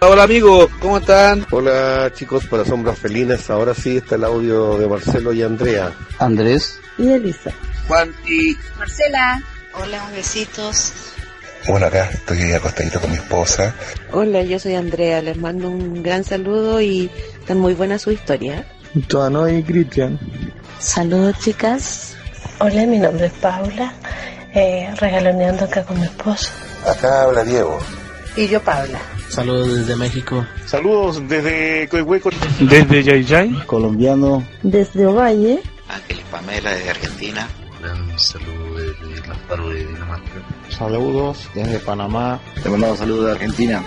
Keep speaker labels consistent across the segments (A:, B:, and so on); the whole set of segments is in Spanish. A: Hola amigos, ¿cómo están?
B: Hola chicos, para Sombras Felinas, ahora sí está el audio de Marcelo y Andrea.
C: Andrés.
D: Y Elisa.
A: Juan y...
E: Marcela. Hola, un besitos.
F: Bueno, acá estoy acostadito con mi esposa.
G: Hola, yo soy Andrea, les mando un gran saludo y están muy buena su historia.
H: Toano y Cristian.
I: Saludos chicas.
J: Hola, mi nombre es Paula, eh, regaloneando acá con mi esposo.
F: Acá habla Diego.
K: Y yo Paula.
L: Saludos desde México.
M: Saludos desde Coihueco.
N: Desde Yayay.
O: Colombiano.
D: Desde Ovalle.
P: Ángeles Pamela desde Argentina.
Q: Un saludo desde Lamparo de Dinamarca.
R: Saludos desde Panamá.
S: Te mandamos saludos de Argentina.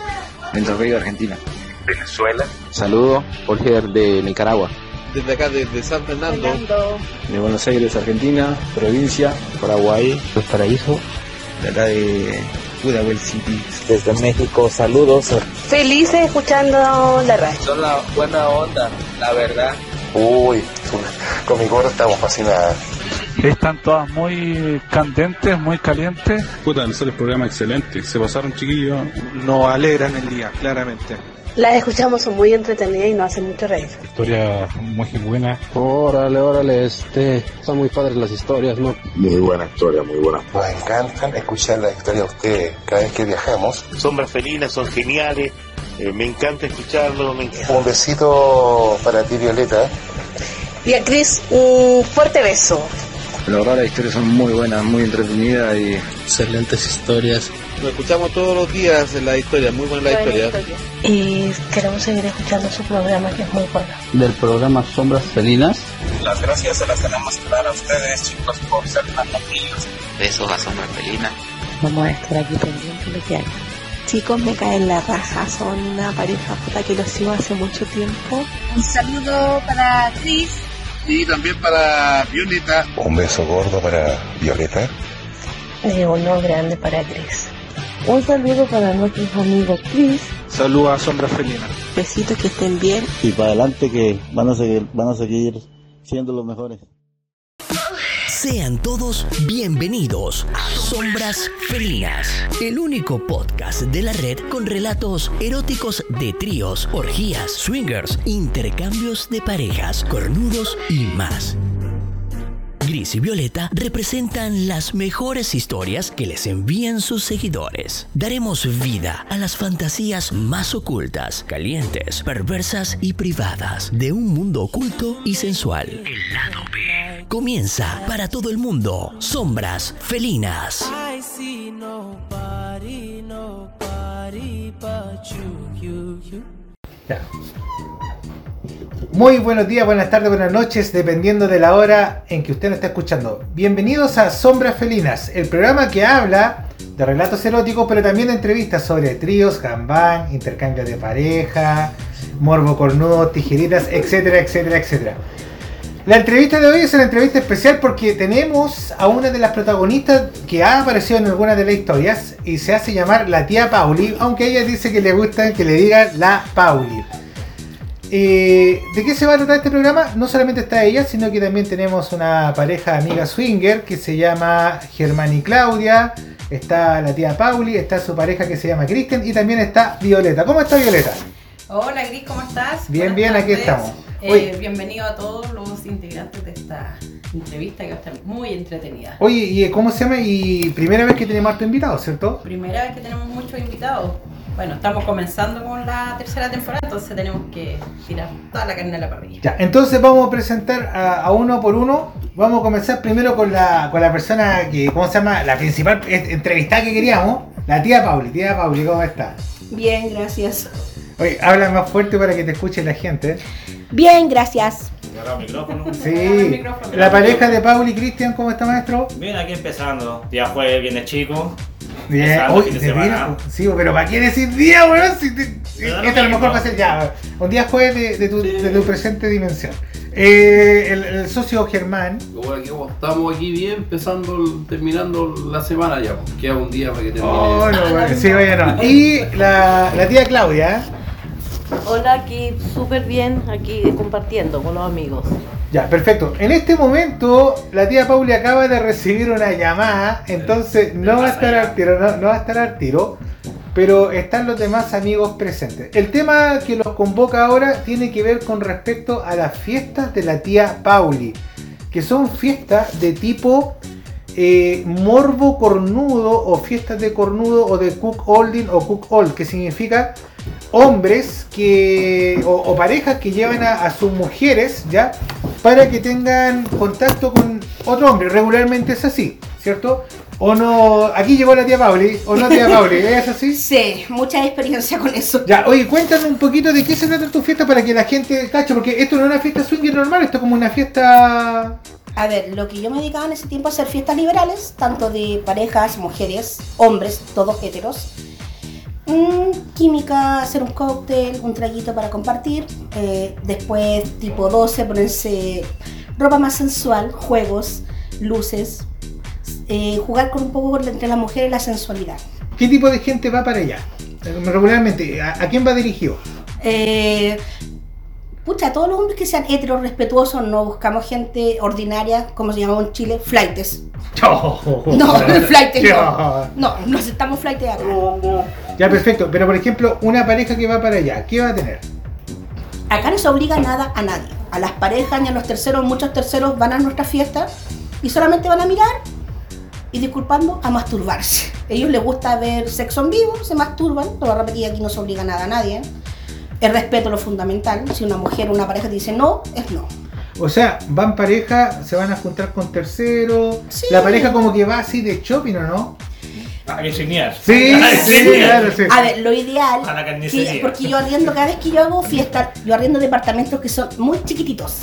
S: Entre Río, Argentina.
T: Venezuela.
F: Saludos, Jorge de Nicaragua.
J: Desde acá, desde San Fernando. Fernando.
E: De Buenos Aires, Argentina. Provincia. Paraguay.
K: Los Paraíso.
A: De acá de Pudahuel City.
G: Desde México, saludos.
L: Felices escuchando la radio.
D: Son la buena onda, la verdad.
F: Uy, con mi gorro estamos fascinadas.
N: Están todas muy candentes, muy calientes.
I: Puta, les sale el programa excelente. Se pasaron chiquillos.
C: Nos alegran el día, claramente.
L: Las escuchamos, son muy entretenidas y nos hacen mucho reír.
I: Historia muy buena.
C: Órale, órale, este. Son muy padres las historias, ¿no?
F: Muy buena historia, muy buena.
B: Nos encantan escuchar las historias de ustedes cada vez que viajamos.
M: Sombras felinas, son geniales. Eh, me encanta escucharlo. Me encanta.
B: Un besito para ti, Violeta.
L: Y a Cris, un fuerte beso.
S: La verdad, las historias son muy buenas, muy entretenidas y.
C: Excelentes historias.
A: Lo escuchamos todos los días en la historia, muy buena la historia.
J: Y queremos seguir escuchando su programa que es muy bueno.
C: Del programa Sombras Felinas.
B: Las gracias se las tenemos que dar a ustedes, chicos, por ser tan amigos.
P: Besos a Sombras Felinas.
G: Vamos a estar aquí pendientes de lo que hagan. Chicos, me caen la raja, son una pareja puta que los sigo hace mucho tiempo.
E: Un saludo para Cris.
A: Y también para Violeta.
F: Un beso gordo para Violeta.
J: Y uno grande para Cris.
D: Un saludo para nuestros amigos Chris.
C: Saludos a Sombra Felina.
G: Besitos que estén bien.
K: Y para adelante que van a seguir, van a seguir siendo los mejores.
M: Sean todos bienvenidos a Sombras Felinas, el único podcast de la red con relatos eróticos de tríos, orgías, swingers, intercambios de parejas, cornudos y más. Gris y Violeta representan las mejores historias que les envían sus seguidores. Daremos vida a las fantasías más ocultas, calientes, perversas y privadas de un mundo oculto y sensual. El lado B. Comienza para todo el mundo. Sombras felinas.
O: Muy buenos días, buenas tardes, buenas noches, dependiendo de la hora en que usted nos está escuchando. Bienvenidos a Sombras Felinas, el programa que habla de relatos eróticos, pero también de entrevistas sobre tríos, gambán, intercambio de pareja, morbo cornudo, tijeritas, etcétera, etcétera, etcétera. La entrevista de hoy es una entrevista especial porque tenemos a una de las protagonistas que ha aparecido en alguna de las historias y se hace llamar la tía Pauli, aunque ella dice que le gusta que le digan la Pauli. Eh, ¿De qué se va a tratar este programa? No solamente está ella, sino que también tenemos una pareja amiga swinger que se llama Germán y Claudia. Está la tía Pauli, está su pareja que se llama Kristen y también está Violeta. ¿Cómo está Violeta?
Q: Hola Gris, ¿cómo estás?
O: Bien, Buenas bien, tardes. aquí estamos.
Q: Eh, bienvenido a todos los integrantes de esta entrevista que va a estar muy entretenida.
O: Oye, ¿y cómo se llama? Y primera vez que tenemos harto invitado, ¿cierto?
Q: Primera vez que tenemos muchos invitados bueno, estamos comenzando con la tercera temporada, entonces tenemos que tirar toda la carne a la parrilla.
O: Ya, entonces vamos a presentar a, a, uno por uno. Vamos a comenzar primero con la, con la persona que, ¿cómo se llama? La principal entrevistada que queríamos, la tía Pauli. Tía Pauli, ¿cómo está?
F: Bien, gracias.
O: Oye, habla más fuerte para que te escuche la gente.
F: Bien, gracias.
O: El micrófono. Sí. El micrófono. La pareja de Pauli y Cristian, ¿cómo está, maestro?
N: Bien, aquí empezando. Día jueves, viene chico.
O: Bien, hoy, fin de semana. Día, sí, pero ¿para qué decir día, weón? Si te, este a lo mejor va a ser ya. Un día jueves de, de, tu, sí. de tu, presente dimensión. Eh, el, el, socio Germán.
R: Bueno, aquí, estamos aquí bien, empezando, terminando la semana ya. pues, Queda un día para que termine.
O: Oh, no, bueno. sí, vaya no. Y la, la tía Claudia.
H: Hola, aquí súper bien, aquí compartiendo con los amigos.
O: Ya, perfecto. En este momento, la tía Pauli acaba de recibir una llamada, entonces no va a estar al tiro, no, no va a estar al tiro. pero están los demás amigos presentes. El tema que los convoca ahora tiene que ver con respecto a las fiestas de la tía Pauli, que son fiestas de tipo eh, morbo cornudo o fiestas de cornudo o de cook holding o cook all, que significa hombres que o, o parejas que llevan a, a sus mujeres ya para que tengan contacto con otro hombre. Regularmente es así, ¿cierto? O no, aquí llegó la tía Pauli, o no tía Pauli, ¿es así?
L: Sí, mucha experiencia con eso.
O: Ya, oye, cuéntanos un poquito de qué se trata tu fiesta para que la gente cache, porque esto no es una fiesta swinger normal, esto es como una fiesta...
L: A ver, lo que yo me dedicaba en ese tiempo a hacer fiestas liberales, tanto de parejas, mujeres, hombres, todos heteros. Mm, química, hacer un cóctel, un traguito para compartir. eh, después, tipo 12, ponerse ropa más sensual, juegos, luces. eh, jugar con un poco con- entre las mujeres la sensualidad.
O: ¿Qué tipo de gente va para allá? Eh, Regularmente, ¿a, a quién va dirigido?
L: Eh, pucha, todos los hombres que sean heteros, respetuosos, no buscamos gente ordinaria, como se llamaba en Chile, flightes. No, flightes no. No, no aceptamos flightes acá.
O: Ya, perfecto, pero por ejemplo, una pareja que va para allá, ¿qué va a tener?
L: Acá no se obliga nada a nadie. A las parejas ni a los terceros, muchos terceros van a nuestras fiestas y solamente van a mirar y disculpando a masturbarse. A ellos les gusta ver sexo en vivo, se masturban, lo voy a repetir aquí no se obliga nada a nadie. El respeto es lo fundamental. Si una mujer o una pareja te dice no, es no.
O: O sea, van pareja, se van a juntar con terceros. La pareja como que va así de shopping, ¿o no?
U: Ah, que genial.
O: Sí,
U: Ah,
O: sí,
U: genial.
O: claro, sí.
L: A ver, lo ideal,
U: A la carnicería.
L: que- porque yo arriendo, cada vez que yo hago fiesta, yo arriendo departamentos que son muy chiquititos.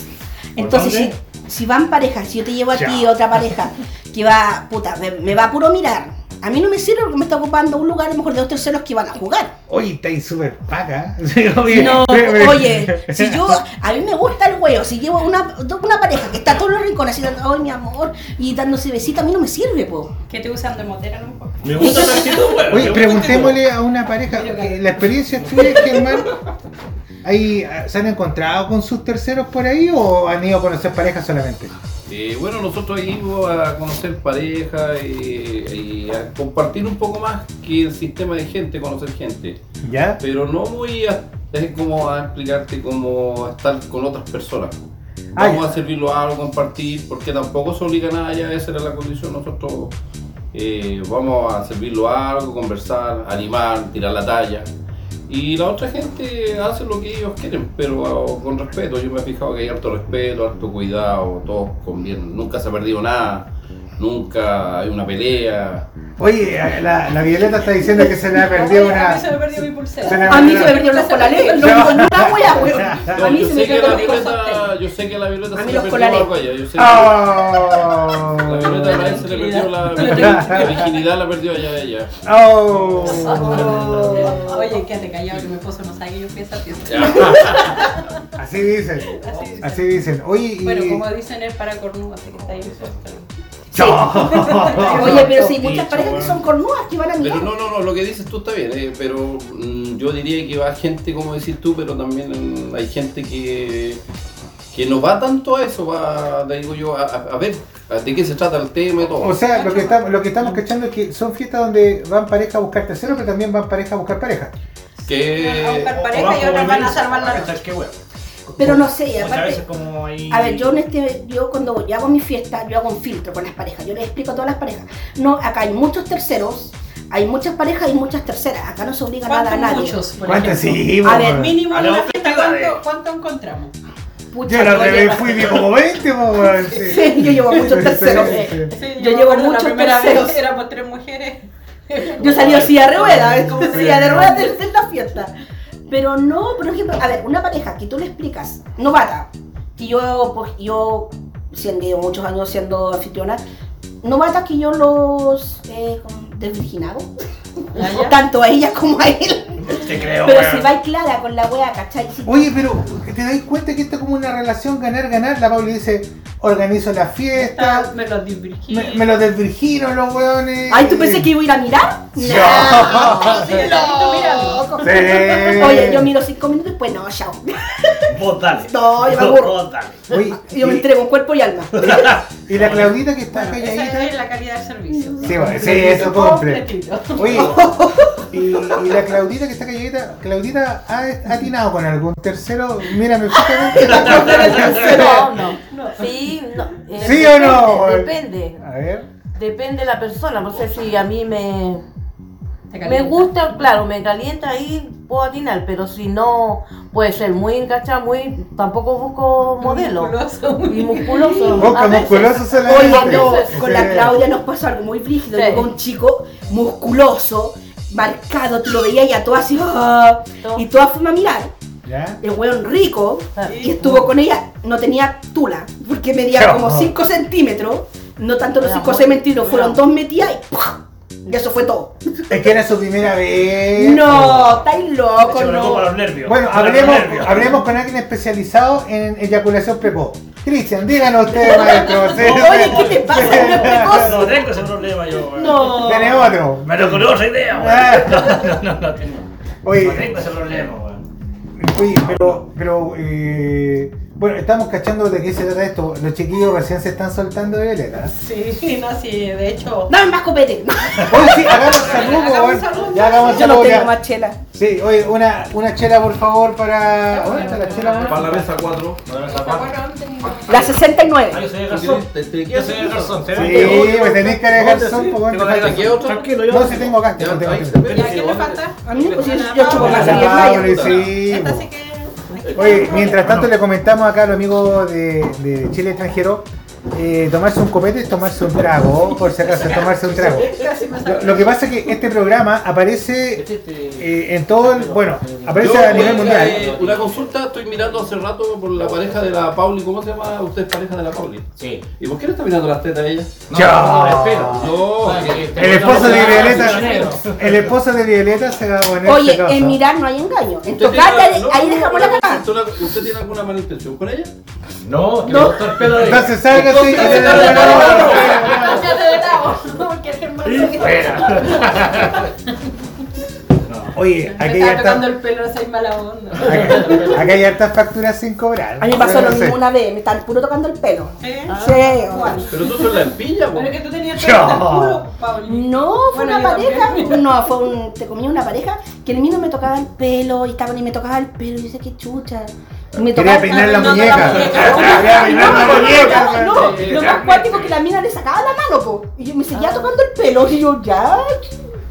L: Entonces, si,
U: dónde?
L: si van parejas, si yo te llevo a
U: Ya.
L: ti otra pareja que va, puta, me, me va a puro mirar, a mí no me sirve porque me está ocupando un lugar a lo mejor de dos terceros que van a jugar.
O: Oye, estáis súper paga. Sí, oye,
L: no,
O: pero- pero-
L: oye, si yo, a mí me gusta el huevo, si llevo una, una pareja que está todos los rincones así dando, ay mi amor, y dándose besitos, a mí no me sirve, po.
M: Que te usan de motera, ¿no?
U: Me gusta tu actitud, weón.
O: Oye,
U: Me gusta
O: preguntémosle a una pareja, eh, la experiencia tuya, Germán, ¿hay, ¿se han encontrado con sus terceros por ahí o han ido a conocer parejas solamente?
R: Eh, bueno, nosotros íbamos a conocer pareja eh, y, y a compartir un poco más que el sistema de gente, conocer gente.
O: ¿Ya?
R: Pero no muy a, es como a explicarte cómo estar con otras personas.
O: Ah,
R: Vamos a servirlo a algo, compartir, porque tampoco se obliga a nada, ya esa era la condición. Nosotros eh, vamos a servirlo a algo, conversar, animar, tirar la talla. Y la otra gente hace lo que ellos quieren, pero ah, con respeto. Yo me he fijado que hay harto respeto, harto cuidado, todos convienen. Nunca se ha perdido nada, nunca hay una pelea.
O: Oye, la, la Violeta está diciendo que se le ha perdido una...
M: me perdió mi pulsera.
O: Se le A mí perdió- se me perdió
L: los
M: colales.
L: No, no, no, wea,
R: No,
L: A mí
R: yo,
L: se
R: sé
L: me
R: que
L: quedó
R: la
L: rico el
R: violeta, yo sé que la violeta se
L: mí
R: le
L: los
R: perdió
L: Ah. colales.
R: algo a ella. Yo sé que
O: Oh.
R: la violeta a ella se le perdió la, la virginidad, la perdió allá de ella.
O: ¡Oh!
M: Oye, quédate callado que mi esposo no sabe que yo fui a esa fiesta.
O: Así dicen, así dicen. Oye, y...
M: Bueno, como dicen, es para cornudo, así que está ahí.
L: Oye, pero si hay muchas parejas que son cornudas que van a
R: Pero
L: mirar.
R: no, no, no, lo que dices tú está bien, eh, pero mm, yo diría que va gente, como decís tú, pero también mm, hay gente que, que no va tanto a eso, va, te digo yo, a, a- a ver a- de qué se trata el tema y todo.
O: O sea, lo que, estamos, lo que estamos cachando es que son fiestas donde van pareja a buscar terceros, pero también van pareja a buscar pareja.
R: que...
M: pareja y ahora van a salvar la noche.
U: Qué huevo.
L: Pero no sé,
U: Muchas
L: aparte-
U: veces como ahí-
L: A ver, yo en este, yo cuando yo hago mi fiesta, yo hago un filtro con las parejas, yo les explico a todas las parejas. No, acá hay muchos terceros, hay muchas parejas y muchas terceras, acá no se obliga nada a
M: ¿Cuántos
L: nadie.
M: muchos, por
O: ¿Cuántos?
M: ejemplo?
O: Sí,
L: A
O: bueno.
L: ver,
M: Mínimo
O: A
M: en
O: la
M: una
O: otra
M: fiesta,
O: edad, eh.
M: ¿cuánto, cuánto encontramos?
L: Pucha,
O: Yo la
L: yo
O: otra vez
L: llevo-
O: fui vi como 20, po, weón, sí.
L: Sí, yo llevo muchos terceros. Yo
M: me
L: llevo
M: acuerdo
L: muchos
M: la primera
L: terceros.
M: vez éramos tres mujeres.
L: Yo salí así a rueda, es como
M: Sí.
L: silla de ruedas de, de la fiesta. Pero no, por ejemplo, a ver, una pareja que tú le explicas, novata, que yo, pues, yo, siendo llevo muchos años siendo anfitriona, novatas que yo los eh, como desvirginado,
M: ¿Ah,
L: tanto a ella como a él.
U: Te creo, eh,
L: Pero
U: weón.
L: si vais clara con la wea, ¿cachai? Si-
O: Oye, pero ¿te dais cuenta que esto es como una relación ganar-ganar? La Pauli dice, organizo la fiesta.
M: Ah, Me los desvirgino.
O: Me, me los desvirgino los weones.
L: Ay, ¿tú pensé que iba a ir a mirar?
O: No.
L: Sí, loco.
O: Sí.
L: Oye, yo miro cinco minutos y después, no, chao.
U: Vos dale.
L: No, yo me
U: Vos-
L: aburro.
U: vos dale.
L: Yo me entrego cuerpo y alma.
O: Y la Claudita que está
M: Esa es la calidad del servicio.
O: Sí, bueno, sí, eso compre.
M: Completito.
O: Oye, Y, y la Claudita que está calladita, Claudita ha ha atinado con algún tercero. Mírame fijamente.
H: No, no, no. Sí, no. eh,
O: ¿Sí o no?
H: Depende.
O: A ver.
H: Depende de la persona. No sé si a mí me. Me gusta, claro, me calienta ahí, puedo atinar, pero si no, puede ser muy encachada, muy. Tampoco busco modelo. y musculoso.
O: Boca
H: A veces.
O: musculoso se la
L: Oiga,
O: dice.
L: no,
O: Sí.
L: con la Claudia nos pasó algo muy brígido. Llegó un chico musculoso, marcado, tú lo veías y a todas así. "Ah", y todas fuimos a mirar.
O: ¿Ya?
L: El weón rico que estuvo con ella no tenía tula, porque medía como 5 centímetros. No tanto los 5 centímetros, fueron dos metidas y ¡pua! Y eso fue todo.
O: Es que era su primera vez.
L: No, estáis loco,
C: Se me
L: no.
C: como los nervios.
O: Bueno,
C: Con los
O: hablemos,
C: nervios.
O: hablemos con alguien especializado en eyaculación precoz. Cristian, díganos ustedes, maestro. Sí,
C: Oye,
O: sí.
C: ¿qué te pasa?
O: Sí.
C: No precoz. No tengo ese problema yo. weón.
O: No. Tiene otro. Ah.
C: Me lo ocurrió otra idea, weón. No, no, no, no tengo.
O: Oye.
C: No tengo ese problema, weón.
O: Oye, pero, pero eh, bueno, estamos cachando de qué se trata esto. Los chiquillos recién se están soltando de veleta.
Q: Sí, no, sí, de hecho.
L: Dame más copete.
O: Oye, sí, hagamos saludo,
Q: Hagamos
O: weón.
Q: saludo.
O: Ya hagamos
L: Yo no
O: saludo,
L: tengo
O: ya.
L: más chela.
O: Sí, oye, una, una chela por favor para. ¿Dónde está la chela?
R: Para la mesa 4.
L: La 69.
R: Yo soy el garzón.
O: Sí, pues tenés cara de garzón, po, weón, te falta-
R: Tranquilo,
O: No, si tengo acá. tengo, tengo.
L: A mí me pusieron yo chupo más
O: Ah, vale,
L: playa.
O: sí, po. Oye, mientras tanto le comentamos acá a los amigos de, de Chile extranjero, eh, tomarse un copete es tomarse un trago, por si acaso, es tomarse un trago. Lo, lo que pasa es que este programa aparece eh, en todo el, bueno, aparece
R: Yo,
O: a nivel
R: eh,
O: mundial.
R: una consulta, estoy mirando hace rato por la pareja de la Pauli. ¿Cómo se llama usted es pareja de la Pauli? Sí. ¿Y por qué no está mirando las tetas de ella? No,
O: Ya.
R: no, no, espera. No,
O: Ah. El esposo de Violeta, el esposo de Violeta se va a poner
L: Oye,
O: celoso.
L: en mirar no hay engaño. En
R: ¿Usted
L: tocarte,
R: tiene-
L: de-
R: no,
L: ahí
R: no,
L: dejamos
R: no,
L: la cagada.
R: ¿Usted la- ¿Usted tiene alguna mala intención con ella?
C: No,
R: que le gustó el pelo de ella.
O: Entonces, sálgase y-
R: Entonces,
O: Oye,
Q: Me
O: aquí hay
Q: estaba tocando
O: hartas,
Q: el pelo, soy mala onda.
O: acá- acá hay hartas facturas sin cobrar.
L: A mí me pasó
O: Pero
L: lo
O: no sé.
L: mismo una vez, me están puro tocando el pelo. Sí, bueno.
R: Pero tú sos la empilla, po.
Q: ¿Eh? Pero que tú tenías
L: Chao.
Q: pelo tan puro, Pauli.
L: No, fue una
Q: Bueno, yo
L: pareja,
Q: también.
L: no, fue un, te comí una pareja que a mí no me tocaba el pelo y estaban y me tocaba el pelo y dice que chucha. Y Me
O: Quería
L: tocaba-
O: peinar la
L: No, no,
O: muñeca. Quería peinar la
L: no,
O: muñeca.
L: no, No, lo más cuático que la mina le sacaba la mano, po. Y yo me seguía
Q: Ah.
L: tocando el pelo y yo ya.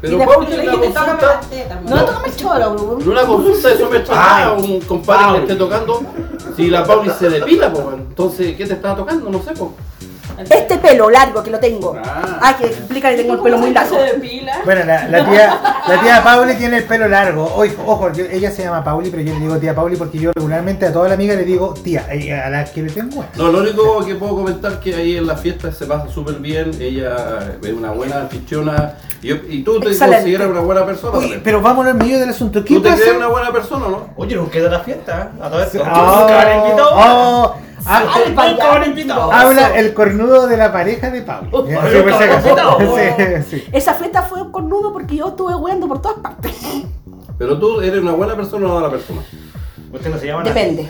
R: Pero
L: Y después
R: Pauli,
L: yo le
R: una
L: dije,
R: consulta.
L: "Tócame las tetas, No, no tocame el cholo, bro.
R: En una consulta de me extraña un compadre que esté tocando. Si la Pauli se depila, po, man. entonces, ¿qué te estaba tocando? No sé, po.
L: Este pelo largo que lo tengo. Ah, que explica que tengo el pelo muy largo.
O: Bueno, la, la tía, la tía Pauli tiene el pelo largo. Ojo, ojo, yo- ella se llama Pauli, pero yo le digo tía Pauli porque yo regularmente a toda la amiga le digo tía, eh, a las que le tengo. eh.
R: No, lo único que puedo comentar es que ahí en la fiesta se pasa súper bien. Ella es una buena anfitriona. Y, yo- y tú te
O: Excelente.
R: consideras una buena persona.
O: Oye, pero vámonos al medio del asunto. ¿Qué
R: ¿Tú te
O: pasa?
R: crees una buena persona o no?
C: Oye, nunca quedó la fiesta, ¿eh? A todo esto.
O: Oh,
C: Nunca habrán invitado.
O: oh, ah,
C: Nunca habrán invitado.
O: Habla el cornudo de la pareja de Pauli. Sí, por si acaso. Sí, sí.
L: Esa fiesta fue con nudo porque yo estuve weando por todas partes.
R: Pero tú eres una buena persona o una mala persona.
C: Usted
O: pues.
C: no se llama nada.
L: Depende.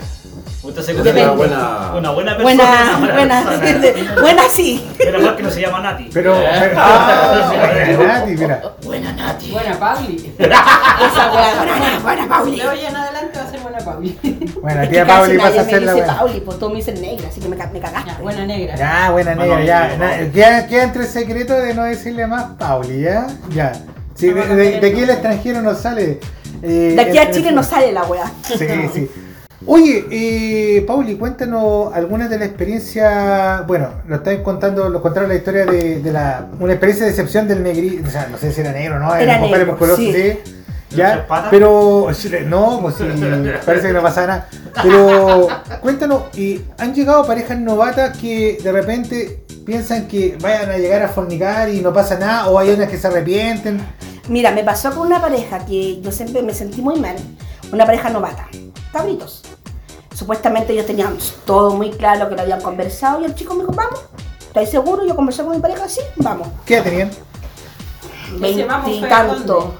C: Usted se
R: Depende.
C: considera
R: Una buena-
C: una buena persona.
L: Buena,
C: una mala
L: buena,
C: persona.
L: buena sí.
C: Pero más que no se llama Nati.
O: Pero, pero- ah, buena Nati, mira.
Q: Buena Pauli.
L: Esa weá. Buena, buena Pauli.
Q: De hoy en adelante va a ser buena Pauli.
O: Bueno, la
L: Es que
O: tía
L: casi
O: Pauli
L: nadie
O: pasa a
L: me
O: ser la
L: dice
O: buena.
L: Pauli, pues todos me dicen negra, así que me, ca- me cagaste.
Q: Buena negra.
O: Ya, buena negra, ya. na- Queda, queda entre el secreto de no decirle más Pauli, ¿ya? Ya. Sí, de, de- de aquí el extranjero no sale. eh,
L: De aquí a
O: el-
L: Chile no sale la weá.
O: Sí, sí. Oye, eh, Pauli, cuéntanos algunas de la experiencia. Bueno, lo estáis contando, lo contaron la historia de, de la, una experiencia de excepción del negrito. O sea, no sé si era negro, ¿no?
L: Era
O: un compadre
L: negro,
O: musculoso,
L: sí.
O: sí. Ya, pero no, pues sí, parece que no pasa nada. Pero cuéntanos, eh, ¿han llegado parejas novatas que de repente piensan que vayan a llegar a fornicar y no pasa nada? ¿O hay unas que se arrepienten?
L: Mira, me pasó con una pareja que yo siempre me sentí muy mal. Una pareja novata. Cabritos. Supuestamente ellos tenían todo muy claro, que lo habían conversado. Y el chico me dijo, vamos, ¿estáis seguro? Yo conversé con mi pareja, sí, vamos.
O: ¿Qué tenían?
Q: Ese vamos fue a
L: Veintitantos.
Q: dónde?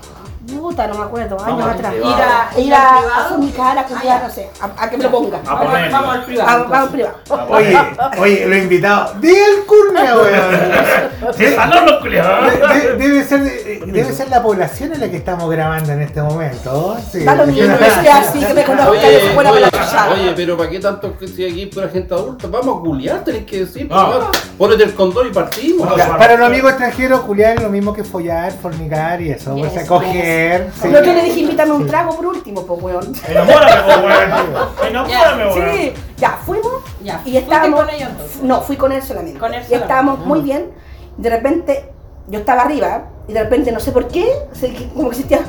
L: Puta, no me acuerdo, años
T: Vamos al
L: atrás.
T: privado.
L: Ir a, ir
T: ¿Al
L: a,
T: privado?
L: a mi cara, a cuidar, no sé, a, a que me lo ponga.
O: A ponerlo.
L: vamos al privado. Vamos, vamos al privado.
O: Oye, oye, lo he invitado. ¡Di el curnia, weón! ¡Se salón los Debe ser, de- eh, debe ser la población en la que estamos grabando en este momento. Sí.
L: Da lo mismo, yo soy así, que me conozcan,
R: Oye,
L: que se fuera
R: oye,
L: para la chuchada.
R: oye, pero ¿para qué tanto que si aquí pura gente adulta? Vamos a culiar, tenés que decir. por favor. Ponete el condón y partimos.
O: Ya, Para un amigo extranjero, culiar es lo mismo que follar, fornicar y eso. Pues, a coger. sí.
L: No, yo le dije, invítame un trago por último, po, weón.
O: Enamórame, po, weón.
L: Ya,
O: weón.
L: Sí, ya, fuimos y
Q: ¿Fuiste
L: estábamos.
Q: con ellos entonces?
L: No, fui con él solamente.
Q: Con él
L: Y estábamos
Q: solamente.
L: muy bien. De repente, yo estaba arriba y de repente, no sé por qué, se- como que sentía.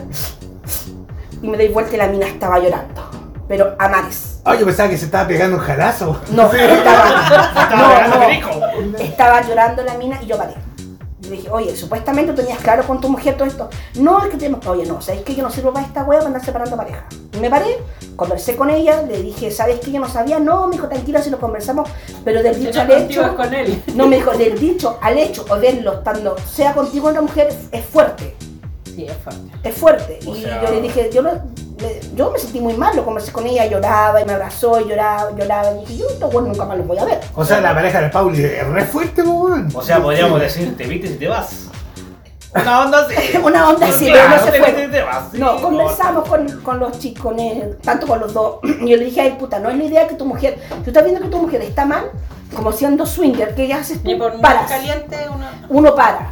L: Y me doy vuelta y la mina estaba llorando. Pero a mares.
O: Ay, yo pensaba que se estaba pegando un jalazo.
L: No,
O: Sí.
L: estaba, no,
O: pegando
L: no.
O: perico.
L: Estaba llorando la mina y yo paré. Yo le dije, oye, supuestamente tú tenías claro con tu mujer todo esto. No, es que tenemos, oye, no, ¿sabes que yo no sirvo para esta wea para andar separando pareja? Y me paré, conversé con ella, le dije, ¿sabes que yo no sabía? No, me dijo, tranquila, si lo conversamos, pero del dicho al hecho.
Q: con él.
L: No, me dijo, del dicho al hecho, o verlo estando, sea contigo o una mujer, es fuerte
Q: Sí, es fuerte.
L: es fuerte.
Q: O
L: y
Q: sea-
L: yo le dije, yo, lo- le- yo me sentí muy mal, lo conversé con ella, lloraba y me abrazó, y lloraba, lloraba. Y dije, yo estos bueno, nunca más los voy a ver.
O: O sea, la pareja del Pauli es re fuerte, po, weón.
J: O sea, podríamos decir, te viste y te vas.
L: Una onda así. Una onda así,
J: Claro,
L: pero no
J: te
L: se fue.
J: metes, te vas, sí,
L: no, conversamos con, con los chicos, con él, tanto con los dos. Y yo le dije, ay puta, no es la idea que tu mujer, tú estás viendo que tu mujer está mal, como siendo swinger, que ya haces tú, paras.
Q: caliente una...
L: Uno para.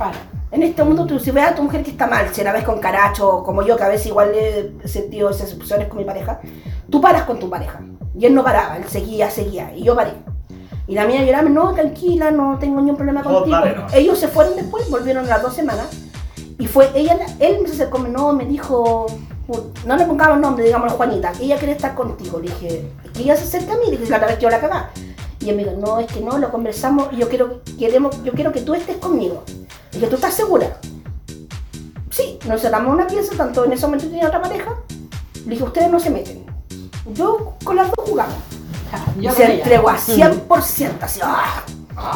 L: En este mundo, tú, si ves a tu mujer que está mal, si la ves con caracho, como yo, que a veces igual he sentido esas excepciones con mi pareja, tú paras con tu pareja. Y él no paraba, él seguía, seguía. Y yo paré. Y la mía lloraba, no, tranquila, no tengo ningún problema
J: Vos
L: contigo.
J: dale, no.
L: Ellos se fueron después, volvieron a las dos semanas. Y fue ella, la- él me se acercó, me- no, me dijo, put- no le pongamos nombre, digamos Juanita, que ella quiere estar contigo. Le dije, que ella se acerca a mí, le dije, la otra vez que yo la cagaba. Y él me dijo, no, es que no, lo conversamos y yo quiero, queremos, yo quiero que tú estés conmigo. Le dije, ¿tú estás segura? Sí, nos cerramos una pieza, tanto en ese momento tenía otra pareja. Le dije, ustedes no se meten. Yo con las dos jugamos. Y
Q: yo
L: se
Q: con ella.
L: entregó a 100%, así, ¡ah!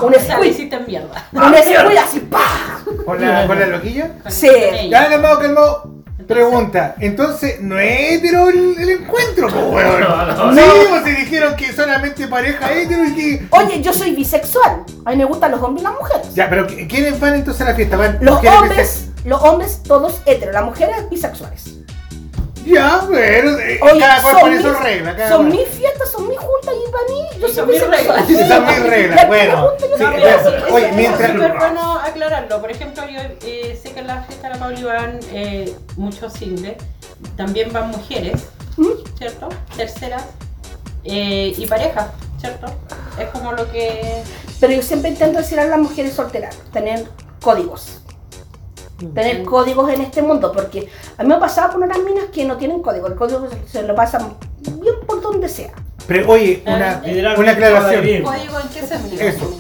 L: un
Q: esa
L: squid.
Q: hiciste mierda.
L: Un squid así, ¡pah!
O: ¿Con la, con la loquilla?
L: Sí.
O: Ya, calmado, calmado. Pregunta, entonces, ¿no es hetero el, el encuentro, po, weón?
L: No.
O: Sí, o se dijeron que solamente pareja hetero y que...
L: Oye, yo soy bisexual. A mí me gustan los hombres y las mujeres.
O: Ya, pero ¿qui- ¿quiénes van entonces a la fiesta? ¿Van
L: Los
O: mujeres
L: hombres, los homes todos heteros, las mujeres bisexuales.
O: bisexuales? Ya, pero... eh,
L: Oye,
O: cada cual
L: son
O: pone su
L: mis-
O: regla, cada
L: Son
O: cual.
L: mis fiestas, son mis juntas y para mí yo soy
Q: mis
L: bisexual.
O: Sí, Son mis reglas, bueno. Sí,
Q: No, pero
O: bueno,
Q: eso- eso
O: Oye,
Q: es súper
O: mientras...
Q: bueno aclararlo. Por ejemplo, yo eh, sé que en la fiesta de la Pauli van eh, muchos singles, también van mujeres,
L: ¿Mm?
Q: ¿cierto? Terceras eh, y parejas, ¿cierto? Es como lo que.
L: Pero yo siempre intento decir a las mujeres solteras, tener códigos. Tener códigos en este mundo, porque a mí me ha pasado con unas minas que no tienen código, el código se, se lo pasan bien por donde sea.
O: Pero, oye, una, una aclaración.
Q: ¿Código en qué sentido?
O: Eso.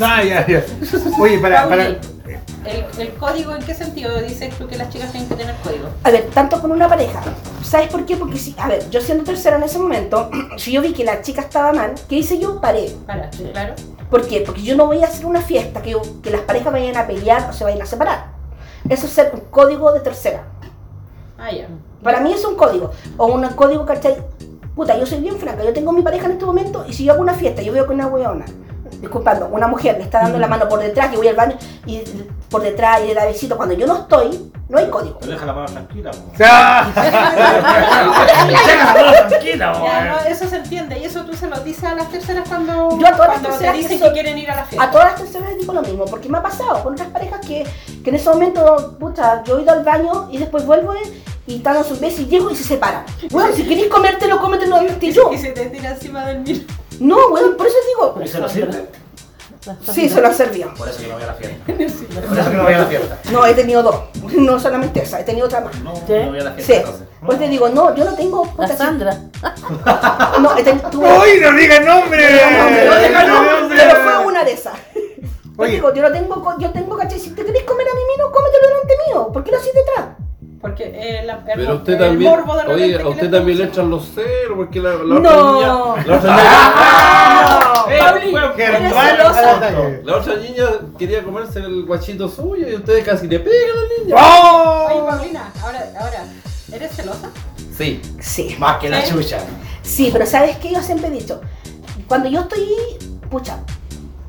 O: Ah, ya, ya. Oye, para... para...
Q: El, el código en qué sentido dices tú que las chicas tienen que tener código.
L: A ver, tanto con una pareja. ¿Sabes por qué? Porque si, a ver, yo siendo tercera en ese momento, si yo vi que la chica estaba mal, ¿qué hice yo? Paré.
Q: Paraste, claro.
L: ¿Por qué? Porque yo no voy a hacer una fiesta que, que las parejas vayan a pelear o se vayan a separar. Eso es ser un código de tercera.
Q: Ah, ya.
L: Para mí es un código. O un código, ¿cachai? Puta, yo soy bien franca. Yo tengo mi pareja en este momento y si yo hago una fiesta, yo veo que una weona, disculpando, una mujer le está dando
Q: Mm.
L: la mano por detrás, yo voy al baño y por detrás y le da besito. Cuando yo no estoy, no hay código.
J: Pero deja la mano tranquila, po.
O: Ah.
Q: Deja
J: Deja la mano tranquila, po.
Q: Ya, no, eso se entiende y eso tú se lo dices a las terceras cuando,
L: Yo a todas las
Q: cuando te
L: terceras
Q: dicen
L: que
Q: que,
L: son-
Q: quieren ir a la fiesta.
L: A todas las personas les digo lo mismo, porque me ha pasado con otras parejas que, que en ese momento, puta, yo he ido al baño y después vuelvo eh, y están a sus besos y llego y se separan. Bueno, si queréis comértelo, cómetelo antes yo.
Q: Y se te tira encima del miro.
L: No, weón, por eso digo.
J: ¿Y se lo sirve?
L: Sí, se lo han servido.
J: Por eso que no voy a la fiesta. Por eso que no voy a la fiesta.
L: No, he tenido dos. No solamente esa, he tenido otra más.
J: ¿Sí? no voy a la fiesta,
L: Sí. Oh,
J: entonces.
L: Pues te digo, no, yo no tengo. Puta, Sandra. No, he tenido. tuve-
O: ¡Uy, no diga nombre!
L: No diga
O: No diga
L: nombre,
O: nombre.
L: Pero fue una de esas. Yo
O: Oye.
L: digo, yo no tengo, co- yo tengo, ¿cachai? Si te querés comer a mi mino, cómetelo delante mío. ¿Por qué lo haces detrás?
Q: Por porque eh, la- el,
R: Pero
Q: mor-
R: usted
Q: el
R: también,
Q: morbo de
R: oye,
Q: repente
R: a
Q: que
R: usted
Q: le
R: también le
Q: produce.
R: echan los ceros porque la, la
Q: No.
R: otra niña. La otra
Q: Ah,
R: niña-
Q: no. Pauli, eres
R: Germán,
Q: celosa.
R: al ataque. La otra niña quería comerse el guachito suyo y ustedes casi le pegan a la niña.
O: ¡Oh!
Q: Oye, Paulina, ahora, ahora, ¿eres celosa?
R: Sí.
L: Sí.
J: Más que la
L: Sí.
J: chucha.
L: Sí, pero ¿sabes qué? Yo siempre he dicho, cuando yo estoy, pucha,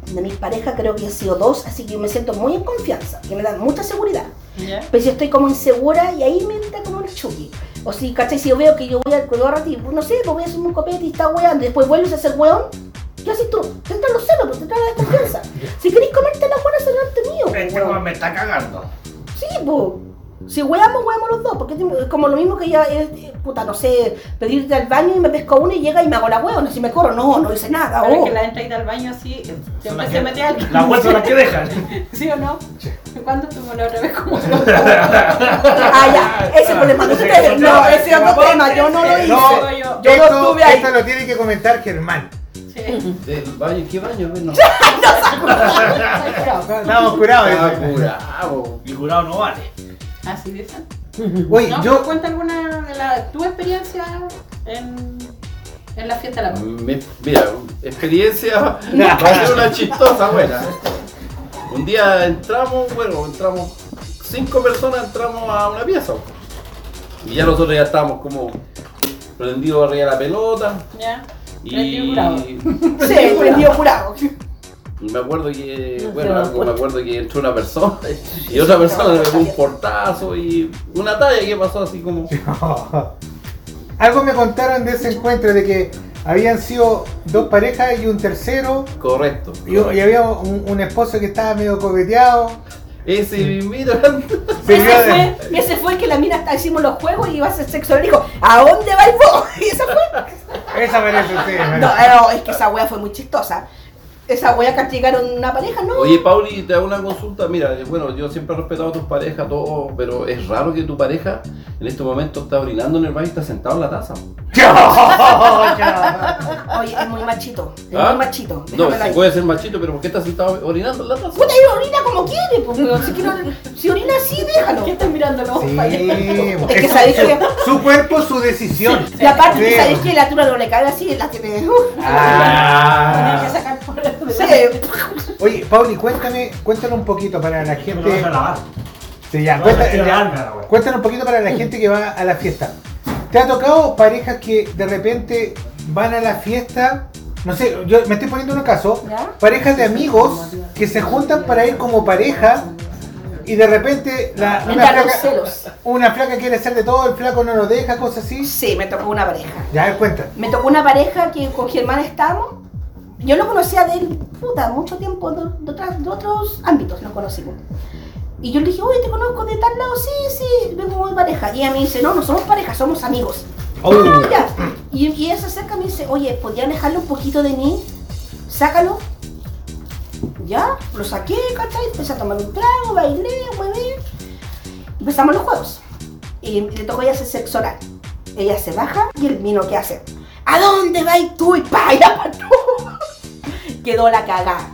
L: de mis parejas creo que he sido dos, así que yo me siento muy en confianza, que me dan mucha seguridad. Pero si estoy como insegura y ahí me entra como el chuki. O si, ¿cachai? Si yo veo que yo voy al corredor y no sé, lo voy a hacer un copete y está weando, y después vuelves a hacer weón, ¿qué haces tú? Te entran los celos, pero te entra la desconfianza. si querés comerte la buena, delante mío. po,
J: Este
L: weón.
J: weón me está cagando.
L: Sí, po. Si hueamos, hueamos los dos. Porque es como lo mismo que ya es, eh, puta, no sé, pedirte al baño y me pesco uno y llega y me hago la hueona. Si me corro, no, no hice nada.
Q: Ahora
L: oh.
Q: que la entra y da al baño así, eh, siempre
J: las
Q: se
J: que-
Q: mete alguien.
J: las huevas son las que dejan.
Q: ¿Sí o no? ¿Cuándo tuvo la otra vez como
L: Ah, ya, ese es el problema de ustedes. No, ese es otro tema, yo no lo hice.
O: No,
L: yo no
O: esto-
L: estuve ahí.
O: Esto lo tiene que comentar Germán.
R: ¿Del baño? ¿Qué baño? No.
L: Ah,
O: Estamos curados.
R: Ah,
J: Estaba
R: curado.
J: Y curado no vale.
Q: Así dicen.
O: Oye,
Q: no,
O: yo-
Q: pero cuenta alguna de la, tu experiencia en, en la fiesta de la
R: Me- mira, experiencia va a ser una chistosa buena. eh. Un día entramos, bueno, entramos cinco personas, entramos a una pieza. Y ya nosotros ya estábamos como prendidos arriba de la pelota.
Q: ¿Ya? Prendido
R: Y,
Q: curado.
L: Sí, prendido curado.
R: y me acuerdo que,
L: No
R: bueno,
L: se da
R: algo me acuerdo que entró una persona y otra persona le pegó un portazo y una talla que pasó así como.
O: Algo me contaron de ese encuentro de que habían sido dos parejas y un tercero.
R: Correcto.
O: Y, y había un, un esposo que estaba medio coqueteado.
R: Ese mismito.
O: Se vio
L: Ese
O: de-
L: fue, ese fue que la mina hasta hicimos los juegos y iba a hacer sexo. Le dijo, ¿a dónde vais vos? Y esa fue.
O: Esa parece usted.
L: No, eh. no, es que esa wea fue muy chistosa. Esa wea castigaron una pareja, ¿no?
R: Oye, Pauli, te hago una consulta. Mira, eh, bueno, yo siempre he respetado a tus parejas, todo, pero es raro que tu pareja en este momento está orinando en el baño y está sentado en la taza.
L: Oye, es muy machito. Es
R: ¿Ah?
L: muy machito.
R: No,
L: déjamelo
R: sí
L: ahí.
R: puede ser machito, pero ¿por qué está sentado orinando en la taza?
L: Puta, él orina como quiere, pues, weón. Si, quiere- si orina así, déjalo. ¿Qué
Q: estás mirándolo?
L: Es que sabéis que.
O: Su cuerpo, su decisión.
L: Y aparte, que
O: Sí.
L: sabéis que la altura no le cabe así, la tiene. uh.
O: Ah.
L: Sí.
O: Oye, Pauli, cuéntame, cuéntalo un poquito para la gente.
J: vas a lavar.
O: Sí, ya,
J: Me vas a
O: cuenta-
J: vestir de
O: ya.
J: alga, la wea.
O: cuéntanos un poquito para la gente que va a la fiesta. ¿Te ha tocado parejas que de repente van a la fiesta? No sé, yo me estoy poniendo un caso. Parejas de amigos que se juntan para ir como pareja y de repente la,
L: Me
O: una,
L: entran los
O: flaca,
L: celos.
O: una flaca quiere hacer de todo, el flaco no lo deja, cosas así.
L: Sí, me tocó una pareja.
O: Ya, a ver, cuenta.
L: Me tocó una pareja que con Germán estábamos. Yo lo conocía de él, puta, mucho tiempo, de, de otras- de otros ámbitos nos conocimos. Y yo le dije, oye, te conozco de tal lado, sí, sí, vengo como pareja. Y ella me dice, no, no somos pareja, somos amigos. Ah, ya. Y, y ella se acerca y me dice, oye, ¿podría alejarlo un poquito de mí? Sácalo. Ya, lo saqué, ¿cachai? Empecé a tomar un trago, bailé, huevé. Empezamos los juegos. Y le tocó a ella hacer sexo oral. Ella se baja y el vino, ¿qué hace? ¿A dónde vais tú? Y pa, y la pató. Quedó la cagada.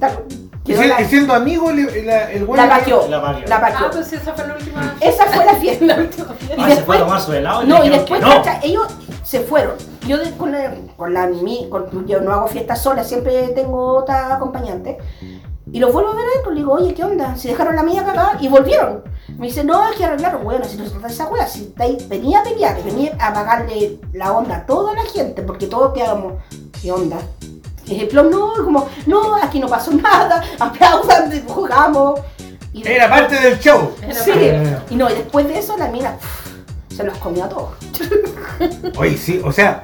O: Y,
L: Quedó
O: si-
L: la-
O: y siendo amigo, le- la- el güey
L: La
O: le-
L: pateó. La
Q: Ah,
L: pateó.
Q: pues esa fue la última.
L: Esa fue la fiesta.
J: Ah, se fue a tomar su helado y le
L: No, y
J: dijeron
L: después,
J: que no.
L: cacha, ellos se fueron. Yo de- con la, con la mi- con- yo no hago fiestas sola, siempre tengo otra acompañante. Y los vuelvo a ver adentro, le digo, oye, ¿qué onda? Si dejaron la mía cagada y volvieron. Me dice, no, es que arreglaron, bueno, si no se trata de esa wea, si está ahí, venía a pelear, venía a pagarle la onda a toda la gente, porque todos quedábamos, ¿qué onda? Y el plom, no, como, no, aquí no pasó nada, aplaudan, jugamos. Y-
O: Era parte del show.
L: Sí, y no, y después de eso la mina pff, se los comió a todos.
O: Oye, sí, o sea,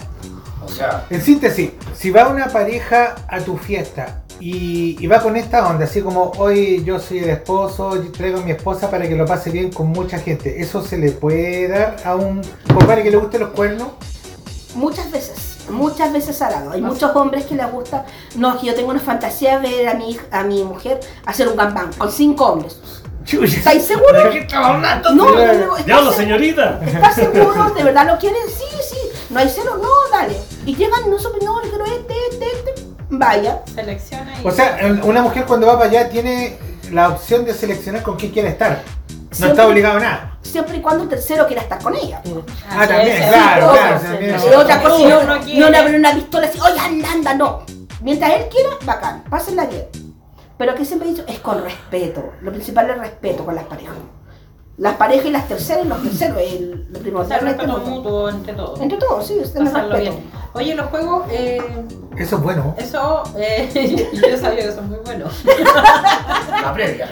J: O sea,
O: En síntesis, si va una pareja a tu fiesta y, y va con esta onda, así como hoy yo soy el esposo, yo traigo a mi esposa para que lo pase bien con mucha gente, ¿eso se le puede dar a un compadre que le gusten los cuernos?
L: Muchas veces, muchas veces al lado. Hay muchos hombres que les gusta, no, es que yo tengo una fantasía de ver a mi, hija- a mi mujer hacer un gangbang con cinco hombres. ¿Estáis seguros?
J: ¿De qué estás hablando?
L: No, no, no, ¿estás
J: Diablo,
L: seg-
J: señorita.
L: ¿Estás seguro? ¿De verdad lo quieren? Sí, sí. No hay cero, no, dale. Y llegan, no sé, no, quiero este, este, este. Vaya.
Q: Selecciona y.
O: O sea, el- una mujer cuando va para allá tiene la opción de seleccionar con quién quiere estar. No está obligado a nada.
L: Siempre y cuando el tercero quiera estar con ella.
O: Ah, también,
L: Sí,
O: claro,
L: ojo,
O: claro,
L: sí,
O: también.
L: sí, otra cosa,
O: Sí,
L: no,
O: uno
L: no,
O: quiere.
L: le abren una pistola así, oye, anda, anda, no. Mientras él quiera, bacán, pásenla bien. Pero que siempre he dicho, es con respeto. Lo principal es respeto con las parejas. Las parejas y las terceras y los terceros, el, lo
Q: O sea,
L: primordial es
Q: respeto
L: respeto.
Q: mutuo entre todos.
L: Entre todos, sí, es tener
Q: Pasarlo
L: respeto.
Q: bien. Oye, los juegos, eh,
O: Eso es bueno.
Q: eso, eh, yo sabía que son muy buenos.
R: La previa.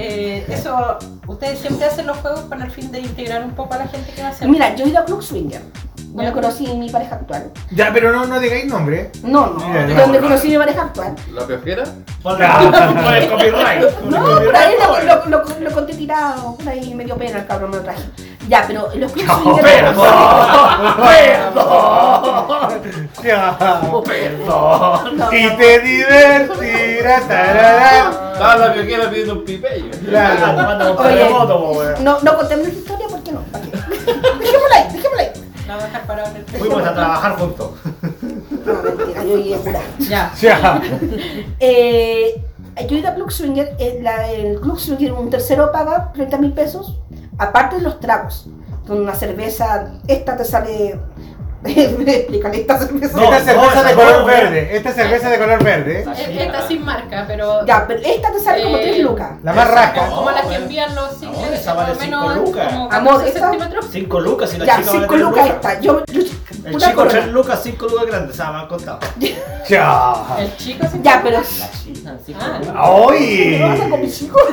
Q: Eh, eso, ustedes siempre hacen los juegos con el fin de integrar un poco a la gente que va a hacer.
L: Mira, yo he ido a Club Swinger, donde conocí a mi pareja actual.
O: Ya, pero no, no digáis nombre.
L: No, no,
O: Ya, ya.
L: donde conocí a mi pareja actual.
R: ¿La piojera?
O: Ah, por el copyright.
L: No, por ahí lo, lo, lo- lo conté tirado, por ahí me dio pena el cabrón, me lo traje. Ya, pero los clubes swinger-
O: ¡Perdón! ¡Perdón! Y te divertirás. tarará.
R: Estaba Ah, la piojera pidiendo un pipeyo.
L: Claro. Oye, no, no conté mi historia porque no. ¿Para qué? Dejémosla ahí, dejémosla ahí.
Q: Trabajar para el
J: Fuimos a trabajar juntos.
L: No, mentira, yo llegué a jurar.
Q: Ya.
J: Ya.
L: Eh, yo he ido a Club Swinger, eh, la- el Club Swinger, un tercero paga 30 mil pesos, aparte de los tragos. Con una cerveza, esta te sale. Explícale, esta cerveza.
O: Esta cerveza de color verde. Esta cerveza de color verde.
Q: eh, Esta sin marca, pero.
L: Ya, pero esta te sale como tres lucas.
O: La más rasca.
Q: Como, como las que envían los singles,
J: esa vale
Q: por lo
J: cinco
Q: menos.
J: lucas.
Q: como
L: Amor,
Q: 14
L: esta-
Q: centímetros.
J: 5 lucas y la
L: Ya,
J: chica
L: 5
J: vale tres
L: lucas esta. Yo, yo,
J: El
L: una
J: chico
L: corona.
J: 3 lucas, 5 lucas grandes, se me han contado.
O: Ya.
Q: El chico se
L: Ya, pero.
O: ¡Ay!
L: ¿Me lo vas a con mis hijos?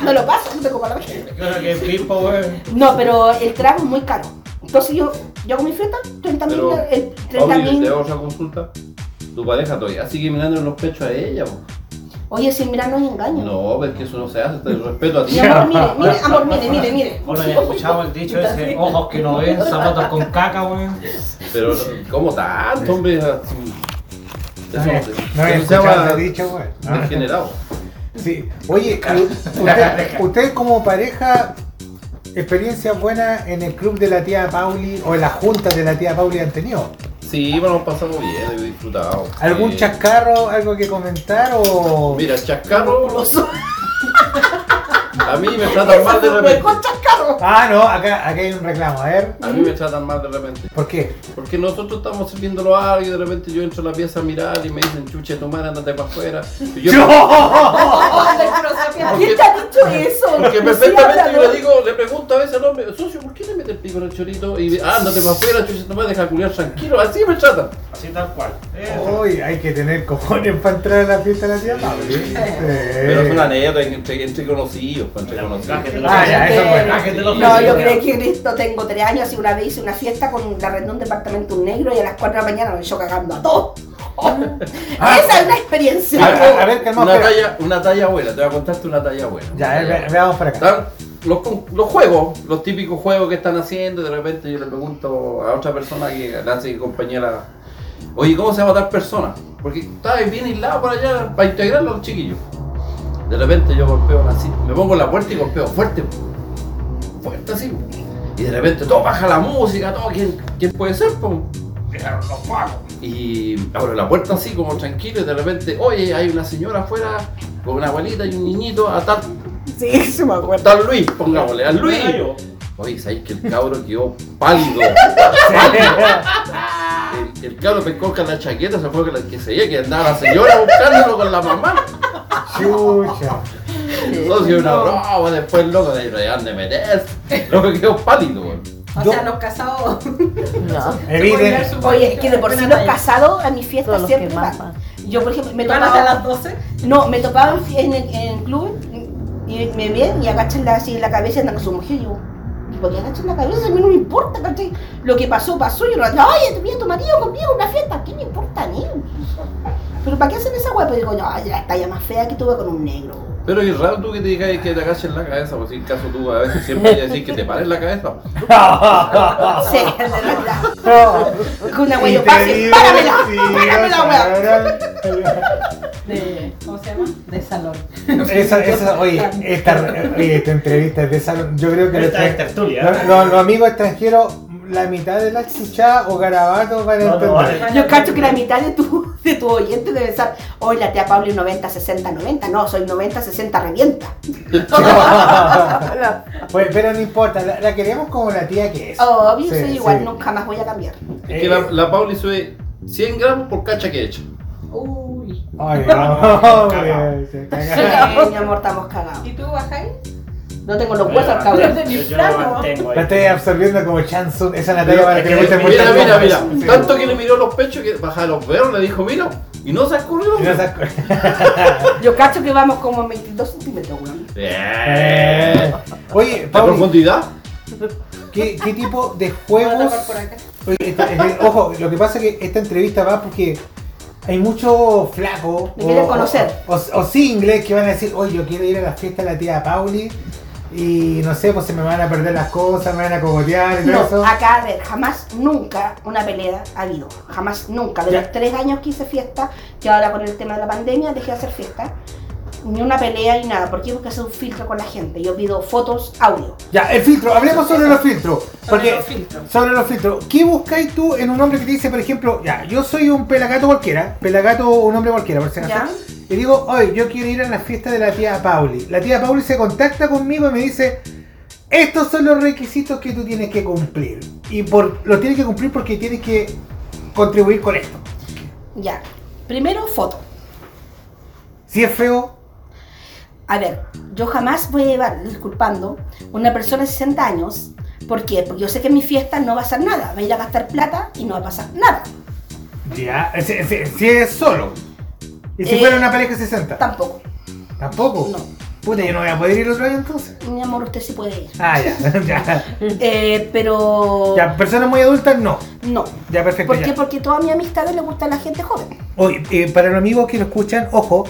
L: No lo paso, no tengo palabras.
J: Creo que es pipo, weón.
L: No, pero el trago es muy caro. Entonces yo, yo con mi fiesta, 30 mil. eh,
R: Pero,
L: el- 30
R: Oye, te
L: mil.
R: hago otra consulta. Tu pareja todavía sigue mirando en los pechos a ella. po.
L: Oye, sin mirar no hay engaño.
R: No, ves que eso no se hace, te respeto a ti.
L: Mi amor, mire, mire, amor, mire, mire, mire.
J: Bueno, ya escuchamos el dicho ese, ojos que no ven, zapatos con caca, weón.
R: Pero, ¿cómo tanto, hombre? Eso, eso
O: No he
R: se
O: escuchado
R: llama
O: el dicho, pues. güey.
R: degenerado.
O: Sí. Oye, usted, usted como pareja, experiencias buenas en el club de la tía Pauli o en las juntas de la tía Pauli han tenido.
R: Sí, bueno, pasamos bien, he disfrutado.
O: ¿Algún
R: Eh,
O: chascarro, algo que comentar o...?
R: Mira, chascarro... A mí me tratan mal de repente.
O: Ah, no, acá, acá hay un reclamo, a ver.
R: A mí me tratan mal de repente.
O: ¿Por qué?
R: Porque nosotros estamos sirviéndolo algo y de repente yo entro a la pieza a mirar y me dicen, chucha, tu madre, andate para afuera. Y yo-
L: ¿Quién te ha dicho eso?
R: Porque
L: Lucía,
R: perfectamente yo
L: hablador.
R: le digo, le pregunto a veces al hombre, socio, ¿por qué le metes el pico en el chorito? Y ah, andate para afuera, chucha, tu madre, deja culiar tranquilo. Así me tratan.
J: Así tal cual.
O: Uy, hay que tener cojones para entrar a la fiesta de la tía Pauli. Eh.
R: Pero es una anécdota entre, entre conocidos, pues, entre conocidos.
O: Ah, ya, eso fue.
L: No, yo creí que Cristo tengo tres años y una vez hice una fiesta con la red de un departamento un negro y a las 4 de la mañana me yo cagando a todos. Esa es una experiencia.
R: Ah, una talla, una talla buena, te voy a contarte una talla buena.
O: Ya, eh, ve- veamos para acá.
R: Están los, con- los juegos, los típicos juegos que están haciendo, y de repente yo le pregunto a otra persona que la hace compañera, oye, ¿cómo se llama tal persona? Porque está bien aislado para allá, para integrarlo a los chiquillos. De repente yo golpeo así, me pongo en la puerta y golpeo fuerte, fuerte así. Y de repente todo baja la música, todo, ¿quién, quién puede ser? po? Y abro la puerta así como tranquilo y de repente, oye, hay una señora afuera con una abuelita y un niñito a tal...
L: Sí, eso me acuerdo.
R: Tal Luis, pongámosle, a Luis. Oye, ¿sabéis que el cabro quedó pálido?
J: Ah.
R: El, el cabro pescó con la chaqueta, se fue con la que se veía que andaba la señora buscándolo con la mamá.
O: Chucha.
R: Eso sí, una broma, después el loco de dejan de meter. Loco quedó pálido, weón.
Q: O sea, los casados.
L: No.
R: Eviden.
L: Oye, es que de por sí los casados a mi fiesta
Q: Todos los
L: siempre
Q: que
L: van. Yo, por ejemplo, me
Q: ¿Van
L: topaba.
Q: hasta las 12?
L: No, me topaba en, fie- en el, en el club y me ven y agachan la, así la cabeza y andan con su mujer. Y yo, ¿y por qué agachan la cabeza? A mí no me importa, ¿cachai? Lo que pasó, pasó. Y yo, oye, te pide tu marido conmigo una fiesta, ¿qué me importa a mí? Pero ¿para qué hacen esa hueá? Pues digo, no, la talla más fea que tuve con un negro.
R: Pero es raro tú que te digas que te agachen la cabeza, por si en caso tú a veces siempre te decís que te pares la cabeza. pues.
Q: Ah.
L: Sí, de verdad. Con una hueá, yo, pase,
R: Increíble,
L: páramela,
R: sí,
L: páramela, hueá.
Q: De, ¿Cómo se llama? De salón.
O: Esa, esa, oye, esta, oye, esta entrevista es de salón. Yo creo que
J: Esta
O: los-
J: es tertulia.
O: los- los- los amigos extranjeros, la mitad de la chuchada o garabato van a
J: No, no,
O: entender.
J: vale.
L: Yo cacho que la mitad de tu, de tu oyente de pensar, hoy la tía Pauli es 90, 60, 90. No, soy 90, 60, revienta.
O: Pues, pero no importa, la, la queremos como la tía que es.
L: Obvio,
O: Sí,
L: soy igual,
O: sí.
L: nunca más voy a cambiar.
R: Es que la, la Pauli sube 100 gramos por cacha que echa.
O: Ay,
R: no,
L: Sí, mi amor, estamos cagados. ¿Y
Q: tú, Bajay?
L: No tengo
O: Eh,
L: los huesos, pues, cabrón.
O: no. La estoy absorbiendo como Chansu. Esa es
R: Ah,
O: la talla para que le guste mucho.
R: Mira,
O: al
R: mira, mira.
O: Chansu. Sí.
R: Tanto que le miró los pechos que bajaba los veros, le dijo, mira, y no se escurrió.
L: Yo cacho que vamos como en 22 centímetros, weón.
R: Eh.
O: Oye,
R: ¿La profundidad?
O: ¿Qué, qué tipo de juegos? Oye, esta- esta- ojo, lo que pasa es que esta entrevista va porque hay mucho flaco.
L: Me quieren conocer.
O: O, o singles que van a decir, oye, yo quiero ir a la fiesta de la tía Pauli. Y no sé, pues se me van a perder las cosas, me van a cogotear y todo
L: No,
O: eso.
L: acá a ver, jamás, nunca una pelea ha habido. Jamás, nunca. De
O: Ya.
L: los tres años que hice fiesta, que ahora con el tema de la pandemia dejé de hacer fiesta, ni una pelea ni nada. ¿Por qué? Porque hace un filtro con la gente. Yo pido fotos, audio.
O: Ya, el filtro, hablemos sobre los filtros. porque,
L: los filtros.
O: Sobre los filtros. ¿Qué buscáis tú en un hombre que te dice, por ejemplo, ya, yo soy un pelagato cualquiera, pelagato o un hombre cualquiera, por si acaso? Y digo, hoy yo quiero ir a la fiesta de la tía Pauli. La tía Pauli se contacta conmigo y me dice, estos son los requisitos que tú tienes que cumplir. Y por, los tienes que cumplir porque tienes que contribuir con esto.
L: Ya. Primero, foto.
O: Si es feo,
L: A ver, yo jamás voy a llevar, disculpando, una persona de 60 años. ¿Por qué? Porque yo sé que en mi fiesta no va a hacer nada. Va a ir a gastar plata y no va a pasar nada.
O: ya, si, si- si es solo. Y si
L: Eh,
O: fuera una pareja de 60.
L: Tampoco.
O: ¿Tampoco? Puta, yo no voy a poder ir otro año entonces.
L: Mi amor, usted sí puede ir.
O: Ah, ya, ya.
L: Eh, pero...
O: Ya, personas muy adultas no.
L: No.
O: Ya, perfecto.
L: ¿Por
O: ya.
L: qué? Porque toda mi amistad le gusta a la gente joven.
O: Oye, eh, para los amigos que lo escuchan, ojo,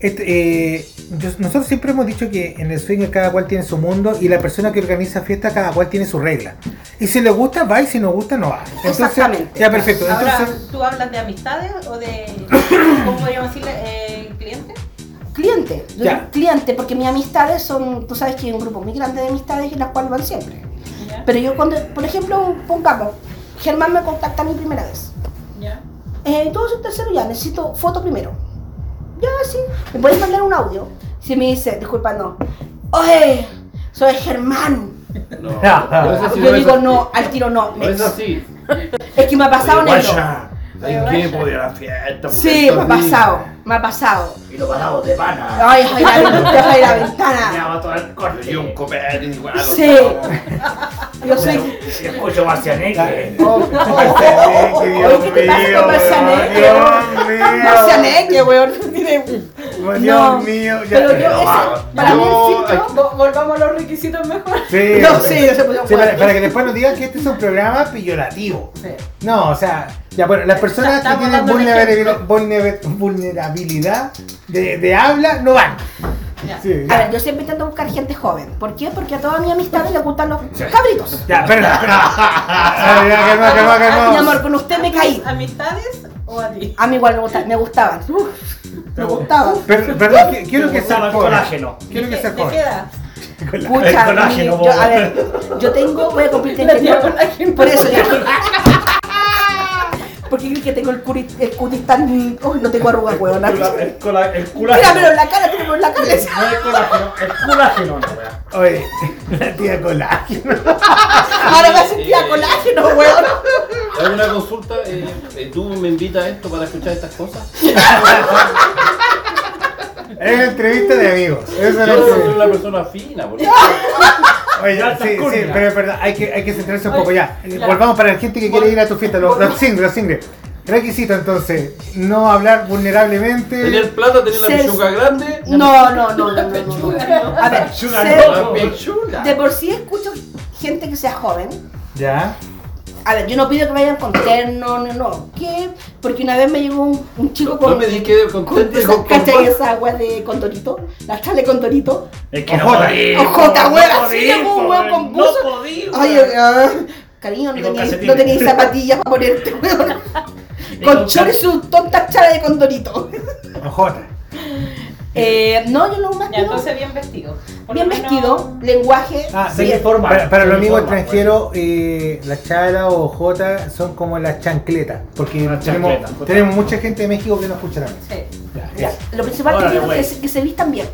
O: este, eh, yo- nosotros siempre hemos dicho que en el swing cada cual tiene su mundo y la persona que organiza fiesta cada cual tiene su regla. Y si le gusta, va y si no gusta, no va. Entonces,
Q: Exactamente.
O: Ya, perfecto.
Q: Ahora,
O: Entonces,
Q: ¿tú hablas de amistades o de, cómo podríamos decirle, eh, clientes?
L: Cliente, yo
Q: Ya.
L: digo cliente, porque mis amistades son, tú sabes que hay un grupo muy grande de amistades en las cuales van siempre. Pero yo cuando, por ejemplo, pongamos, Germán me contacta a mí primera vez.
Q: Ya.
L: Eh, todo su tercero ya, necesito foto primero. Ya, sí. Me puedes mandar un audio. Si me dice, disculpa, no. Oye, soy Germán.
R: No.
L: Ah, yo digo no, al tiro no.
R: No es
L: next.
R: así.
L: Es que me ha pasado
R: Oye,
L: negro.
R: guacha, ¿En qué podía la fiesta?
L: Sí, me ha pasado, me ha pasado.
R: Y lo pasamos de pana.
L: Ay, ay, la ventana, ay, la ventana.
R: Me va a tomar el corte. Y un copete igual.
L: Sí. Yo soy.
R: Y escucho Marcianeque.
L: Oye, ¿qué te pasa con Marcianeque? Marcianeque, weón. Tiene- No,
O: mío,
L: pero yo, ese- para mí el
O: Ah, Yo-
L: filtro,
Q: vo- volvamos a los requisitos mejor.
O: Sí,
L: No, sí, no se puede
O: Sí, para,
L: jugar.
O: para que después nos digan que este es un programa peyorativo. No, o sea, ya bueno, las personas que
Q: Estamos
O: tienen
Q: dando un
O: vulnerabilidad, vulnerabil- vulnerabilidad de, de habla no van. Sí,
L: A ver, yo siempre intento buscar gente joven. ¿Por qué? Porque a todas mis amistades les gustan los cabritos.
O: Ya, espera, espera. Ay, ya, calma, calma, calma.
L: Mi amor, con usted me caí.
Q: ¿Amistades o a ti?
L: A mí igual me gustaban. Me gustaban. Me gustaban.
O: Per- perdón, que- quiero que sea
L: el
O: joven.
L: colágeno.
O: Quiero que sea
L: ¿De qué
O: joven.
Q: edad?
L: Pucha,
O: El
L: mi-
O: colágeno,
L: yo,
O: bobo.
L: a ver, yo tengo, voy a cumplir 39. Por eso ya. Porque crees que tengo el, curi, el cutis tan. Uy, no tengo arrugas, weón. ah. Mira,
E: El
L: pero en la cara, tengo en la cara.
E: colágeno,
O: Oye, la tía colágeno.
L: Ahora me hace tía colágeno, weón.
R: ¿Alguna consulta? Eh, eh, ¿Tú me invitas a esto para escuchar estas cosas?
O: Es entrevista de amigos. Eso
R: Yo
O: es lo que-
R: soy una persona fina, por eso.
O: Oye,
R: Ya está
O: sí, sí,
R: curnia.
O: pero es verdad, hay que, hay que centrarse un
R: Oye,
O: poco ya. Eh,
R: ya.
O: Volvamos para la gente que quiere ir a tu fiesta, los, los singles, los singles. Requisito entonces, no hablar vulnerablemente.
R: Tener plata, tener la
O: Ser-
R: pechuga grande.
L: No, no, no, no, no, no. A ver,
R: Pechuga
L: ser-
R: no, pechuga.
L: de por sí escucho gente que sea joven.
O: Ya.
L: A ver, yo no pido que vayan con terno, no, no. ¿Qué? Porque una vez me llegó un, un chico con.
R: No me di que contento y con
L: ¿Cachai esa agua de condorito? La chale condorito.
R: Es
O: que no Ojota. podí,
L: Ojota,
O: no
L: weón,
O: podí,
L: así es un weón con
O: no
L: buzo. Ay, eh, ay, ay. Cariño,
O: Y
L: no
O: con
L: tenías
O: calcetines.
L: no tenías zapatillas para ponerte, weón. Con chores y sus tontas chalas de condorito.
O: Ojota.
L: Eh, no, yo lo más
Q: Ya, entonces bien vestido. Por
L: Bien
Q: lo menos-
L: vestido, lenguaje.
O: Ah,
L: bien.
O: para, para los amigos extranjeros,
R: pues.
O: eh, la chala o jota son como las chancletas. Porque tenemos,
L: chancleta.
O: tenemos mucha gente de México que nos escucha también.
L: Ya, Lo principal
O: Órale,
L: que quiero
O: güey.
L: es que, se- que se vistan bien.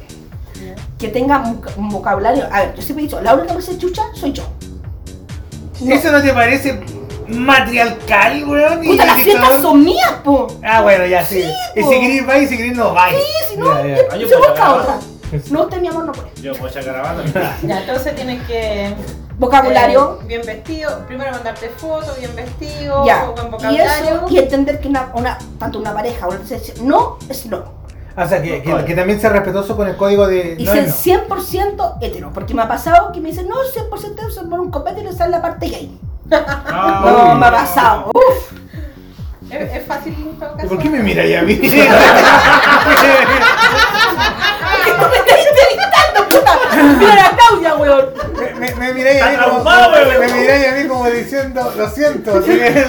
L: Este Que tengan un, voc- un vocabulario. A ver, yo siempre he dicho, la única que se chucha soy yo.
O: ¿Eso no te parece matriarcal, weón?
L: Puta, las fiestas son mías, po.
O: Ah, bueno, ya sí. y
L: po.
O: si querés va y si querés no va.
L: Sí, si no,
O: Ya, ya.
L: se busca otra. No, usted, mi amor, no puede.
J: Yo puedo echar caravana.
Q: Ya, entonces tienes que.
L: Vocabulario.
Q: eh, bien vestido. Primero mandarte fotos, bien vestido.
L: Ya.
Q: Buen
L: Y
Q: vocabulario.
L: eso, y entender que una, una, tanto una pareja o una relación- no es no.
O: O sea, que, que, que también sea respetuoso con el código de.
L: Y
O: no
L: ser
O: es no.
L: 100% hetero. Porque me ha pasado que me dicen, no, 100% hetero, son por un copete y le sale la parte gay.
O: Ah,
L: No, me ha pasado. Uf.
Q: Es, es fácil en todo caso.
O: ¿Por qué me miras ya a mí?
L: Ah, me estás entrevistando, puta? Mira la Claudia, weón.
O: Me, me, me miráis a mí
L: Está
O: como,
L: traumado,
O: me,
L: weón.
O: miráis a mí como diciendo, lo siento. así que-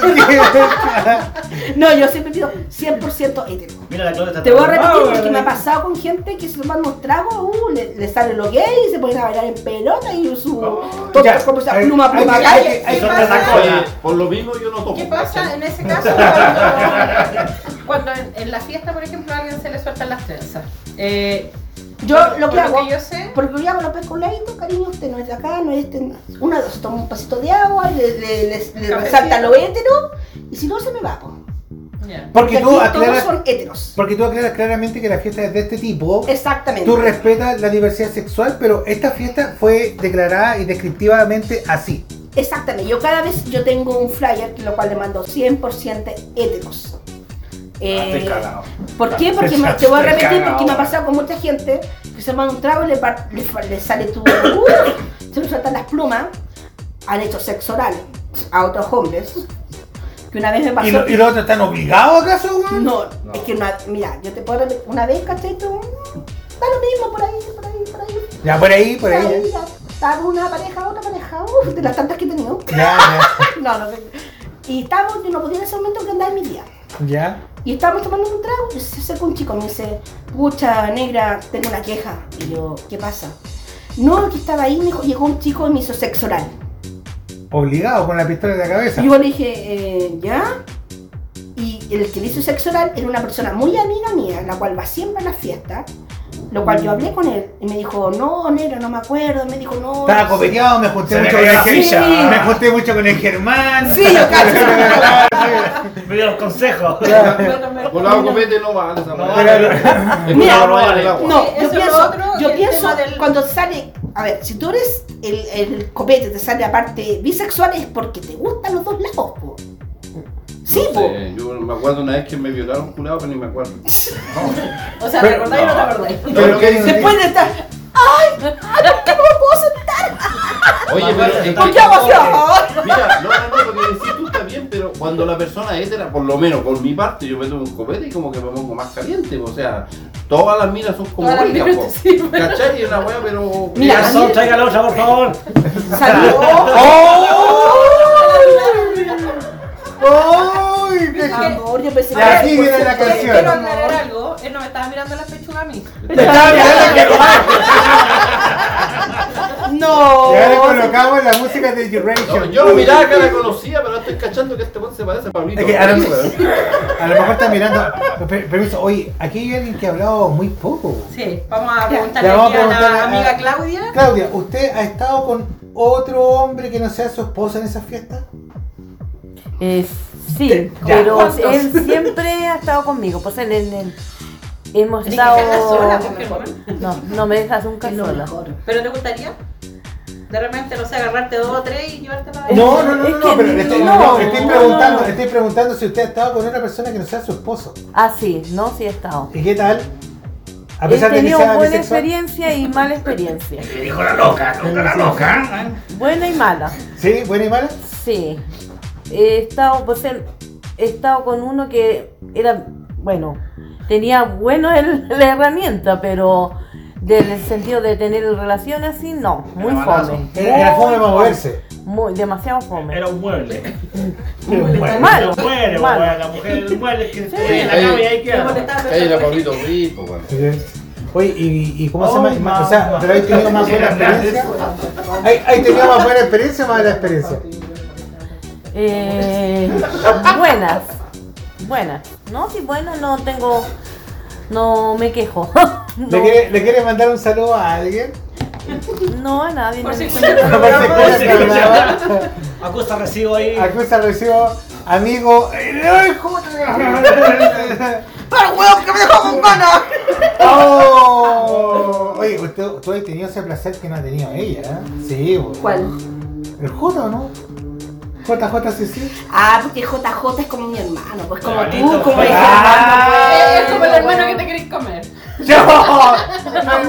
L: No, yo siempre pido 100% hetero.
J: Mira la Claudia está
L: Te voy a repetir
J: traumada,
L: porque me ha
J: weón.
L: pasado con gente que se toman unos tragos, uh, le, le salen los gays, se ponen a bailar en pelota y su. todo como esa pluma, pluma, calle.
Q: Oh, hay que-
L: Eso
Q: hay
L: es
Q: que-
L: otra
R: Oye,
L: cosa.
R: por lo mismo yo no tomo.
Q: ¿Qué pasa en ese caso cuando, cuando en, en la fiesta, por ejemplo, a alguien se le sueltan las trenzas? Eh,
L: Yo lo
Q: por
L: que hago,
Q: que yo sé,
L: porque yo hago lo pesco un ladito, cariño, usted no es de acá, no es este, de. Una, dos, toma un pasito de agua, le, le, le- le
Q: Cafecito.
L: resalta lo hétero, y si no se me va, po.
O: Porque tú
L: aquí todos
O: aclaras.
L: son héteros.
O: Porque tú aclaras claramente que la fiesta es de este tipo.
L: Exactamente.
O: Tú respetas la diversidad sexual, pero esta fiesta fue declarada y descriptivamente así.
L: Exactamente, yo cada vez yo tengo un flyer, que lo cual le mando 100% héteros.
O: Ah,
L: Eh, ¿Por qué? Porque me- te voy a repetir, porque me ha pasado con mucha gente que se toman un trago y le, par- le fa- le sale tu. ¡Uh! se le saltan las plumas, han hecho sexo oral a otros hombres. Que una vez me pasó.
O: ¿Y, lo- y los otros están obligados acaso, weón?
L: No, es que una, mira, yo te puedo repetir, una vez, ¿cachai? Tú, mm, Da lo mismo por ahí, por ahí, por ahí.
O: Ya, por ahí, por ahí, ya.
L: ya. Estaba con una pareja, otra pareja, uff, de las tantas que he tenido.
O: Ya,
L: no, no sé. Y estábamos, yo no podía en ese momento que andaba en mi día.
O: ya. ya.
L: Y estábamos tomando un trago y se acerca un chico y me dice, pucha, negra, tengo una queja. Y yo, ¿qué pasa? No, que estaba ahí, me dijo, llegó un chico y me hizo sexo oral.
O: Obligado con la pistola en la cabeza.
L: Y yo le dije, eh, ¿ya? Y el que le hizo sexo oral era una persona muy amiga mía, la cual va siempre a las fiestas. Lo cual yo hablé con él y me dijo, no, negra, no me acuerdo. Me dijo, no.
O: Estaba
L: no sé".
O: copeteado, me junté
L: Se
O: mucho
L: le
O: con el
L: cayó la ficha.
O: Germán. Me junté mucho con el Germán.
L: Sí, yo
J: Me dio los consejos.
R: Volado copete no vale. esa
O: manera.
R: Es
L: Mira,
R: como no vale el agua.
L: No,
Q: Sí,
L: yo
Q: eso es
L: pienso,
Q: lo otro,
L: yo
Q: el
L: pienso
Q: tema del-
L: cuando sale, a ver, si tú eres el, el copete, te sale aparte bisexual es porque te gustan los dos lados, po. Sí,
R: No sé, yo me acuerdo una vez que me violaron curado, pero ni me acuerdo. No.
Q: O sea, ¿te acordáis o no te acordáis?
R: No, lo que dice-
L: Después de estar, ¡ay! ¡Ay! ¿Por qué no me puedo sentar?
R: Oye, pero es que-
L: ¿Por qué hago así? ¡Ay!
R: Mira, no, no, no, lo que decís tú está bien, pero cuando la persona es hetera, por lo menos por mi parte, yo me tomo un copete y como que me pongo más caliente, o sea, todas las minas son como
L: Todas las
R: ricas,
L: minas pues.
R: po.
L: te sirven.
R: ¿cachai? Es una wea, pero...
J: Mira, Garzón, traiga la otra, por favor.
L: Salió.
O: ¡Oh! ¡Ay!
Q: Es que-
L: Amor, yo pensé
Q: A ver,
O: aquí viene la
Q: eh,
O: canción.
Q: Quiero aclarar algo. Él no me estaba mirando las pechugas a mí.
L: No.
O: Y ahora colocamos la música de Duration.
R: Yo lo miraba que la conocía, pero ahora estoy cachando que este weón se parece a Pablito.
O: Es que a lo,
R: Ortiz, weón.
O: a lo mejor está mirando. Per- Permiso, oye, aquí hay alguien que ha hablado muy poco.
Q: Sí, vamos a preguntarle
O: Le vamos a
Q: aquí a,
O: preguntar
Q: la
O: a-
Q: amiga Claudia.
O: Claudia, ¿usted ha estado con otro hombre que no sea su esposa en esas fiestas?
H: Sí,
O: Ya.
H: pero
O: ¿Cuántos?
H: él siempre ha estado conmigo. Pues en el. en- Hemos
Q: Tenés que dejarla sola,
H: estado.
Q: porque, bueno.
H: No, no me dejas nunca sola.
Q: ¿Pero te gustaría? De repente, no sé, agarrarte dos o tres y llevarte para
O: No, no, no, no, no, pero le estoy, no, le estoy
H: no,
O: preguntando,
H: no.
O: le estoy preguntando si usted ha estado con otra persona que no sea su esposo.
H: Ah, sí, no, sí he estado.
O: ¿Y qué tal? A
H: He
O: pesar de que
H: tenido
O: sea
H: buena
O: bisexual.
H: experiencia y mala experiencia.
O: Dijo la loca, loca, la loca.
H: Buena y mala.
O: ¿Sí? ¿Buena y mala?
H: Sí. He estado, pues, en- he estado con uno que era, bueno, tenía bueno el- la herramienta, pero del sentido de tener relaciones así, no. Muy
O: Era balazo.
H: fome.
O: Era- era
H: Muy
O: fome para moverse.
H: Muy, demasiado fome. Era
J: un mueble.
H: Mal.
J: Los muebles,
H: mal.
J: weón, la mujer, los muebles que se ponen en la
R: Ahí-
J: cama y ahí queda.
R: Ahí era Pablito Rico, weón.
O: Oye, ¿y, y cómo se
M: Oh,
O: llama?
M: mamá.
O: o sea, ¿pero hay tenido más buena experiencia? ¿Hay, hay tenido más buena experiencia o más mala experiencia?
H: Eh, buenas. Buenas. No, si buenas no tengo. No me quejo.
O: ¿Le quieres mandar un saludo a alguien?
H: No, a nadie.
M: Por
H: no.
M: si escucha el programa. Por si escucha.
O: Acusa recibo ahí. Acusa recibo, amigo. ¡Ay, cómo te-
M: ¡Para huevo que me dejó con ganas!
O: ¡Oh! Oye, usted, tú has tenido ese placer que no ha tenido ella, ¿eh? Sí, bo.
L: ¿Cuál?
O: ¿El J o no? JJ sí, sí.
L: Ah, porque JJ es como mi hermano, pues como
O: Ya,
L: tú,
O: listo.
L: como el
O: Ah,
L: hermano.
Q: Es como el hermano que te queréis comer.
O: ¡Yo!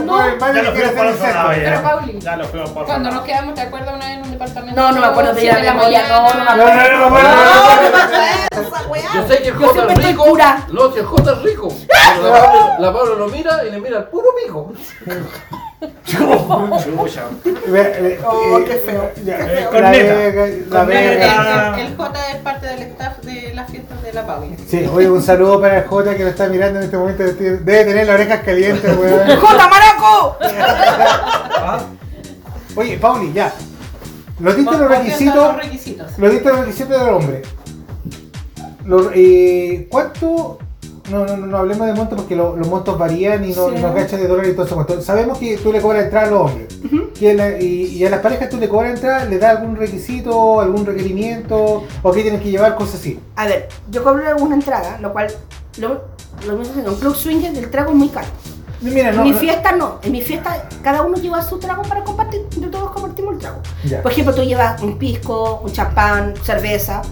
O: No, hermano que quiere hacer
Q: Pero Pauli,
J: Ya lo fuimos por
Q: cuando nos quedamos, ¿te acuerdas una vez en un departamento?
L: No, no me acuerdo de
Q: siete
L: la memoria, no, no me
Q: mañana?
L: acuerdo. No,
Q: No,
L: no me
Q: acuerdo.
R: Yo sé que el
L: Yo
R: J
L: siempre
R: es
L: estoy
R: rico.
L: pura.
R: No, si el J es rico. Pero La Pablo, la Pablo lo mira y le mira el puro pico.
O: Oh, qué feo. La vega, la vega.
Q: El, el J es parte del staff de las fiestas de la Pauli.
O: Sí, oye, un saludo para el J que lo está mirando en este momento. Debe tener las orejas calientes, weón.
L: ¡Jota Maraco!
O: Ah. Oye, Pauli, ya. Los diste los
Q: Volviendo a
O: requisitos.
Q: los requisitos.
O: Los diste los requisitos del hombre. Lo- eh, ¿Cuánto? No, no, no, no hablemos de montos porque lo- los montos varían y no,
L: Sí.
O: no cachas de dólar y todo eso. Entonces, Sabemos que tú le cobras entrada a los hombres. Que la- y, y a las parejas tú le cobras entrada, le das algún requisito, algún requerimiento, o que tienes que llevar, cosas así.
L: A ver, yo cobro una entrada, lo cual lo, lo mismo que en un club swinger del trago es muy caro.
O: Mira, no,
L: en mi
O: no-
L: fiesta no, en mi fiesta cada uno lleva su trago para compartir, de todos compartimos el trago.
O: Ya.
L: Por ejemplo, tú llevas un pisco, un champán, cerveza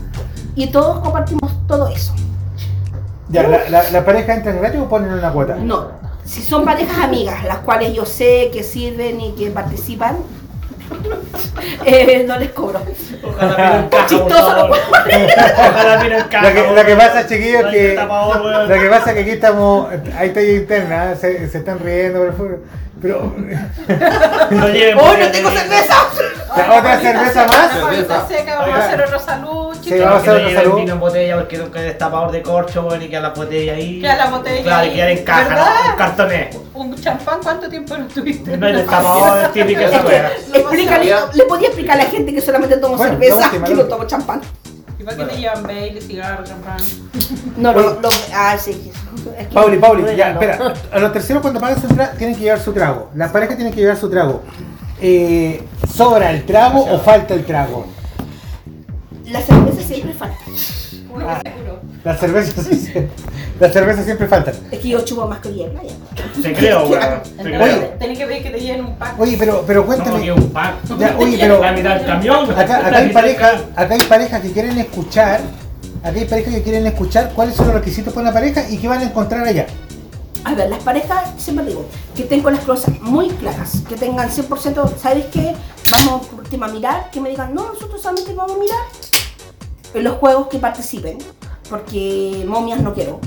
L: y todos compartimos todo eso.
O: Ya, la, la, la pareja entra en gratis o ponen una cuota.
L: No, si son parejas amigas, las cuales yo sé que sirven y que participan, eh, no les cobro. Chistoso lo
O: Lo que, lo que pasa, chiquillos, que lo que pasa es que aquí estamos, hay talla interna, se, se están riendo, por favor, pero
L: ¡Oh, no tengo cerveza!
O: La otra cerveza más.
Q: Cerveza seca, vamos a hacer otro salud,
O: Sí, vamos a hacer otro
J: lleven
O: salud.
J: vino en botella porque nunca hay destapador de corcho, bueno, y queda la botella ahí.
Q: Queda la botella
J: Claro,
Q: ahí,
J: y queda en caja,
Q: ¿verdad?
J: ¿no? en cartones.
Q: ¿Un champán cuánto tiempo lo tuviste?
J: No hay destapador, típico esa wea.
L: Explícale, le podía explicar a la gente que solamente tomo
J: Bueno, la
L: cerveza,
J: última,
L: que
J: la
L: no tomo champán.
Q: ¿Y para qué te llevan baile, cigarro, champán?
L: No, no, lo, ah, sí. es que-
O: Pauli, Pauli, ya,
L: No.
O: espera. A los terceros cuando pagan su entrada tienen que llevar su trago. Las parejas tienen que llevar su trago. Eh, ¿Sobra el trago o falta el trago?
L: La cerveza siempre falta.
O: La cerveza, la cerveza siempre falta.
L: Es que yo chupo más que hoy en playa.
O: Te creo, weón. Oye,
Q: Tenés que pedir que te lleven un pack.
O: oye, pero, pero cuéntame. Ya, oye, pero.
Q: La mitad del camión.
O: Acá, acá
Q: La
O: hay
Q: mitad del
O: parejas, acá hay parejas que quieren escuchar. Acá hay parejas que quieren escuchar cuáles son los requisitos para una pareja y qué van a encontrar allá.
L: A ver, las parejas, siempre digo, que tengo las cosas muy claras, que tengan 100%, ¿sabes qué? Vamos por último a mirar, que me digan, no, nosotros solamente vamos a mirar en los juegos que participen, porque momias no quiero.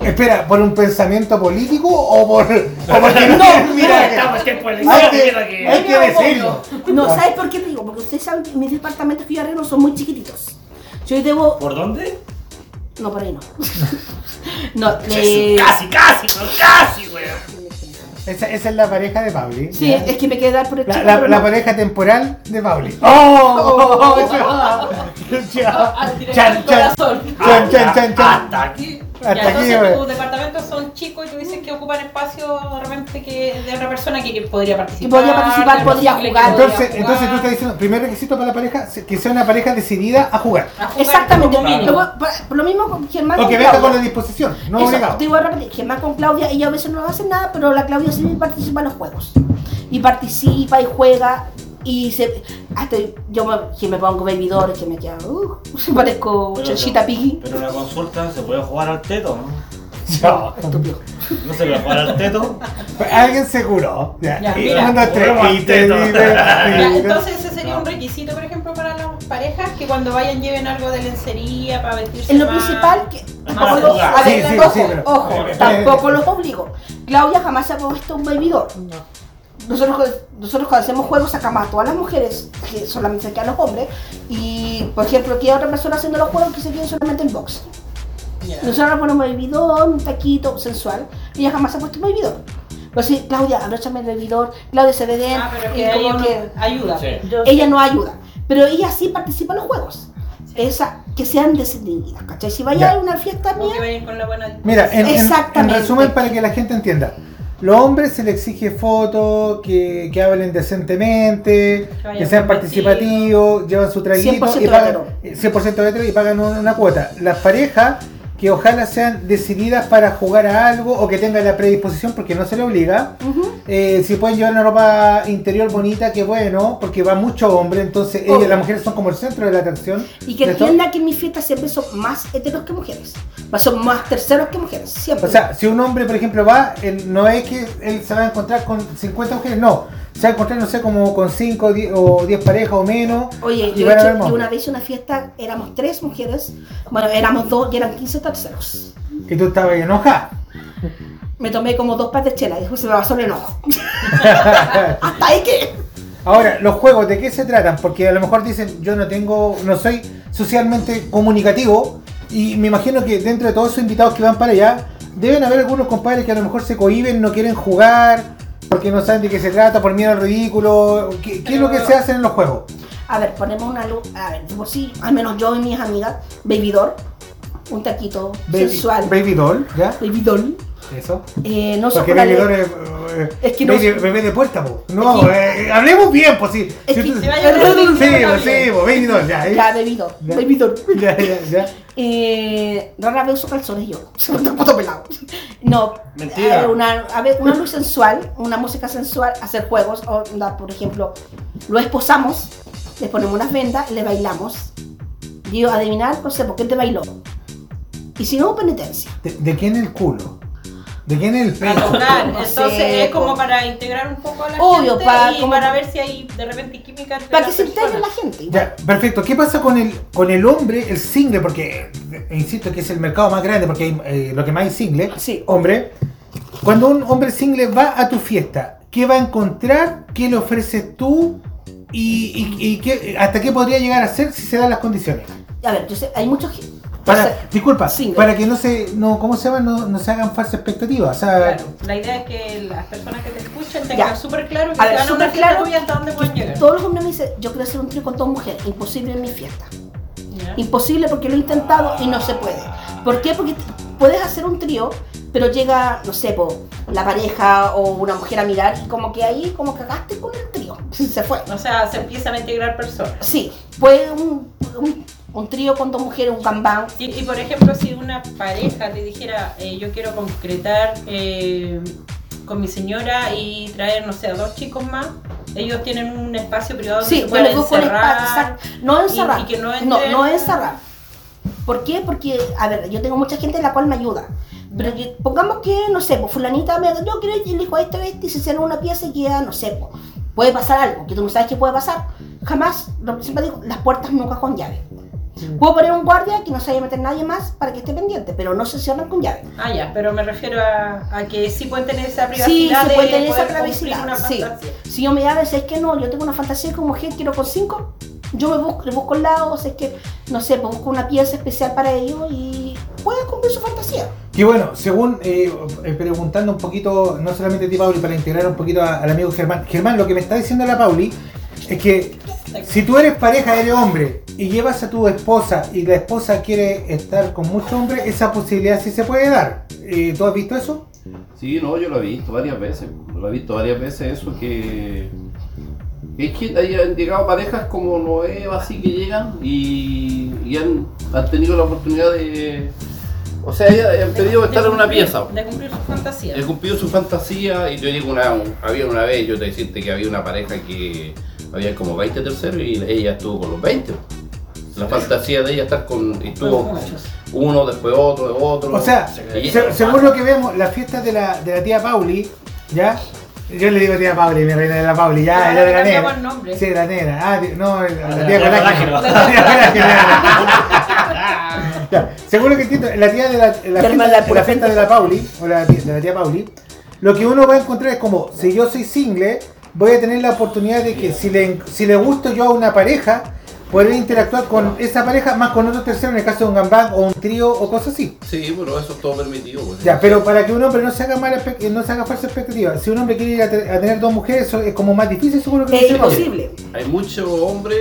O: Espera, ¿por un pensamiento político o por.? O porque
L: No,
O: quieren
L: no,
O: mirar?
L: estamos tiempo
O: hay,
L: de
O: que,
L: elección,
O: Eh, hay que decirlo.
L: No, ¿sabes por qué te digo? Porque ustedes saben que mis departamentos que yo arreglo son muy chiquititos. Yo debo.
J: ¿Por dónde?
L: No, por ahí no. no,
J: Sí,
L: eh,
J: Casi, casi, pero casi, weón.
O: Esa, esa es la pareja de Pauli.
L: Sí,
O: ¿ya?
L: es que me quedé dar por el
O: La,
L: chico,
O: la-
L: pero
O: la
L: no.
O: pareja temporal de Pauli. ¡Oh!
L: Ah,
Q: Al tirar
O: Chan,
Q: el
O: chan,
Q: corazón.
O: chan, chan, chan, chan.
J: Hasta aquí.
O: Hasta
Q: Ya,
O: aquí, eh.
Q: entonces
O: weón.
Q: tus departamentos son chicos y tú dices que ocupan espacio realmente que de otra persona que, que podría participar.
L: Que podría participar,
Q: de
L: podría
Q: posible que
L: jugar.
Q: podría
O: Entonces,
Q: jugar.
O: entonces tú estás diciendo, primer requisito para la pareja, se- que sea una pareja decidida a jugar.
L: Exactamente,
O: como mínimo.
L: Lo voy- por- por lo mismo con Germán.
O: O que
L: con
O: venga con
L: Claudia.
O: la disposición, no
L: Eso,
O: obligado.
L: Te iba a repetir, Germán con Claudia, ella a veces no hace nada, pero la Claudia sí participa en los juegos. Y participa y juega. Y se, hasta yo me, que me pongo bebidor, que me queda. Uh, parezco
J: Pero
L: chanchita piggy.
J: Pero la consulta se puede jugar al teto, ¿no?
O: No,
J: No se puede jugar al teto.
O: Alguien seguro. Ya,
J: Ya,
O: Y
J: mira.
O: uno, tres,
J: Juguemos al
O: y tres, y
J: teto.
O: tres, y
Q: Ya,
O: tres.
Q: entonces ese sería un requisito, por ejemplo, para las parejas que cuando vayan lleven algo de lencería para vestirse
L: En lo
Q: más.
L: principal, que
Q: Más
L: tampoco los, a
Q: arreglado.
L: ver,
Q: Sí, sí,
L: ojo,
Q: sí, pero-
L: ojo,
Q: Pero-
L: tampoco los obligo. Claudia jamás se ha puesto un bebidor. Nosotros, cu- nosotros cuando hacemos juegos sacamos a todas las mujeres, que solamente se quedan los hombres, y por ejemplo, queda otra persona haciendo los juegos que se quede solamente el box. Nosotros le ponemos bebidor, un taquito sensual, Ella jamás se ha puesto un bebidor. Pero sí, Claudia, abróchame el bebidor, Claudia se ve bien.
Q: Ah, pero
L: y
Q: que
L: como
Q: ella no
L: que-
Q: ayuda. Sí. Yo-
L: Ella no ayuda, pero ella sí participa en los juegos. Esa, que sean descendidas, ¿cachai? Si vaya
O: Ya.
L: a una fiesta mía,
O: Mira, en, en- en
L: Exactamente.
O: resumen, para que la gente entienda, los hombres se les exige fotos, que, que hablen decentemente,
L: Que
O: que,
L: vayan
O: sean
L: con
O: participativos, llevan su traguito
L: 100%
O: y pagan,
L: hetero.
O: eh, 100% hetero y pagan un- una cuota. Las parejas que ojalá sean decididas para jugar a algo o que tengan la predisposición porque no se le obliga. Eh, si pueden llevar una ropa interior bonita, que bueno, porque va mucho hombre, entonces ellas,
L: Obvio.
O: las mujeres son como el centro de la atracción.
L: Oh. y que
O: de esto.
L: entienda que en mis fiestas siempre son más heteros que mujeres. Son más terceros que mujeres, siempre.
O: O sea, si un hombre, por ejemplo, va, él- no es que él se va a encontrar con 50 mujeres, no. Se va a encontrar, no sé, como con 5 o 10 parejas o menos.
L: Oye,
O: y
L: yo,
O: van a
L: he
O: ver
L: hecho-
O: más
L: yo una
O: hombres.
L: vez hice una fiesta, éramos tres mujeres, bueno, éramos dos y eran 15 terceros.
O: Y tú estabas ahí enojada.
L: Me tomé como dos patas de chela y después se me pasó el enojo. Hasta ahí que.
O: Ahora, los juegos, ¿de qué se tratan? Porque a lo mejor dicen, yo no tengo, no soy socialmente comunicativo. Y me imagino que dentro de todos esos invitados que van para allá, deben haber algunos compadres que a lo mejor se cohiben, no quieren jugar, porque no saben de qué se trata, por miedo al ridículo. ¿Qué, qué es lo que se hace en los juegos?
L: A ver, ponemos una luz. A ver, tipo, sí, al menos yo y mis amigas, bebidor, un taquito
O: Baby,
L: sensual.
O: Baby doll, ¿ya?
L: Baby doll.
O: Eso.
L: Eh, no
O: Porque
L: soporale-
O: Baby doll es, eh,
L: Es que no-
O: baby- bebé de puerta, po. No, eh, hablemos bien, pues sí. Sí, sí,
L: se vaya a ver
O: sí,
L: bien,
O: po,
L: bien.
O: sí, po, Baby doll, ya. eh.
L: Ya, bebidor.
O: Ya.
L: Bebidor.
O: Ya, ya, ya.
L: Eh, rara vez uso calzones yo. Se me está puto pelado. No.
O: Mentira.
L: eh, una, a ver, una luz sensual, una música sensual, hacer juegos. o, onda, por ejemplo, lo esposamos, le ponemos unas vendas, le bailamos. Y yo, adivinar, no sé, ¿por qué te bailó? Y si no, penitencia.
O: ¿De, de quién el culo? ¿De quién el pecho?
Q: Natural,
L: No
Q: entonces
L: sé,
Q: es como
L: po.
Q: para integrar un poco a la
L: Obvio,
Q: gente
L: para
Q: y
L: como-
Q: para ver si hay de repente química entre
L: Para que
Q: las
L: se integre la
Q: personas.
L: gente.
O: Ya, perfecto. ¿Qué pasa con el, con el hombre, el single? Porque, eh, insisto, que es el mercado más grande, porque hay, eh, lo que más hay single, hombre. Cuando un hombre single va a tu fiesta, ¿qué va a encontrar? ¿Qué le ofreces tú? ¿Y, y- y qué- hasta qué podría llegar a ser si se dan las condiciones?
L: A ver, yo sé, hay muchos. ge-
O: Para,
L: o sea,
O: disculpa,
L: single.
O: para que no se, no, ¿cómo se llama? No, no se hagan falsas expectativas. O sea,
Q: Claro, la idea es que las personas que te escuchen tengan
L: Ya.
Q: súper claro que
L: A ver,
Q: van a una
L: súper
Q: fiesta
L: claro
Q: tuya hasta dónde pueden llegar.
L: Todos los hombres me dicen, yo quiero hacer un trío con dos mujeres. Imposible en mi fiesta. Imposible porque lo he intentado y no se puede. ¿Por qué? Porque t- puedes hacer un trío, pero llega, no sé, po, la pareja o una mujer a mirar y como que ahí como cagaste con el trío. Se fue.
Q: O sea, se empiezan a integrar personas.
L: Sí, fue un, un- un trío con dos mujeres, un gambán.
Q: Y, y, por ejemplo, si una pareja te dijera, eh, yo quiero concretar eh, con mi señora y traer, no sé, a dos chicos más, ellos tienen un espacio privado
L: Sí,
Q: donde se
L: pero
Q: pueden
L: los dos con
Q: encerrar.
L: espacio, exacto. No encerrar.
Q: Y, y que no
L: no,
Q: entren-
L: no encerrar. ¿Por qué? Porque, a ver, yo tengo mucha gente la cual me ayuda. Pero que- pongamos que, no sé, pues fulanita me yo quiero ir, elijo a este, este, y se cierra una pieza y queda, no sé, pues, puede pasar algo, que tú no sabes qué puede pasar. Jamás, lo- siempre digo, las puertas nunca con llave. Puedo poner un guardia que no se vaya a meter nadie más para que esté pendiente, pero no se cierran con llave.
Q: Ah, ya, pero me refiero a, a que sí pueden tener esa privacidad.
L: Sí, se
Q: de
L: puede tener esa
Q: poder cumplir
L: privacidad.
Q: una
L: sí.
Q: fantasía.
L: Si yo me llamo, si es que no, yo tengo una fantasía con mujer, quiero con cinco, yo me busco, le busco al lado, si es que, no sé, pues, busco una pieza especial para ellos y pueden cumplir su fantasía.
O: Que bueno, según eh, eh, preguntando un poquito, no solamente a ti, Pauli, para integrar un poquito a- al amigo Germán. Germán, lo que me está diciendo la Pauli es que si tú eres pareja, eres hombre y llevas a tu esposa y la esposa quiere estar con muchos hombres, esa posibilidad sí se puede dar. Eh, ¿Tú has visto eso?
R: Sí, no, yo lo he visto varias veces. Lo he visto varias veces eso que. Es que hayan llegado parejas como Noeva, así que llegan y, y han, han tenido la oportunidad de. O sea, ya han pedido estar en una
Q: cumplir-
R: pieza.
Q: De cumplir sus fantasías.
R: He cumplido su fantasía y yo digo una, un- había una vez, yo te decirte que había una pareja que había como 20 terceros y ella estuvo con los 20. La fantasía de ella estar con, y estuvo uno, después otro, otro.
O: O sea,
R: Y-
O: se- según lo que vemos, las fiestas de la, de la tía Pauli, ¿ya? Yo le digo tía Pauli, mi reina de la Pauli,
Q: Pero
O: ya, era de
Q: ahora
O: la
Q: le cambiamos el
O: nena.
Q: nombre.
O: Sí, de la nena. Ah, di- no, la,
J: la
O: tía
J: tía
O: Colágeno.
J: Colágeno.
O: La tía Colágeno, ya. Ya, Según lo que entiendo, la tía de la, la
J: Del
O: fiesta,
J: mal al
O: la fiesta de la Pauli, o la, tía- de la tía Pauli, lo que uno va a encontrar es como, si yo soy single, voy a tener la oportunidad de que si le, si le gusto yo a una pareja, poder interactuar con esa pareja más con otros terceros en el caso de un gangbang o un trío o cosas así.
R: Sí, pero eso es todo permitido. pues.
O: Ya, pero para que un hombre no se haga mala espe- eh, no se haga falsa expectativa, si un hombre quiere ir a, te- a tener dos mujeres, eso es como más difícil seguro que
R: Es
O: lo hace.
R: imposible. Hay muchos hombres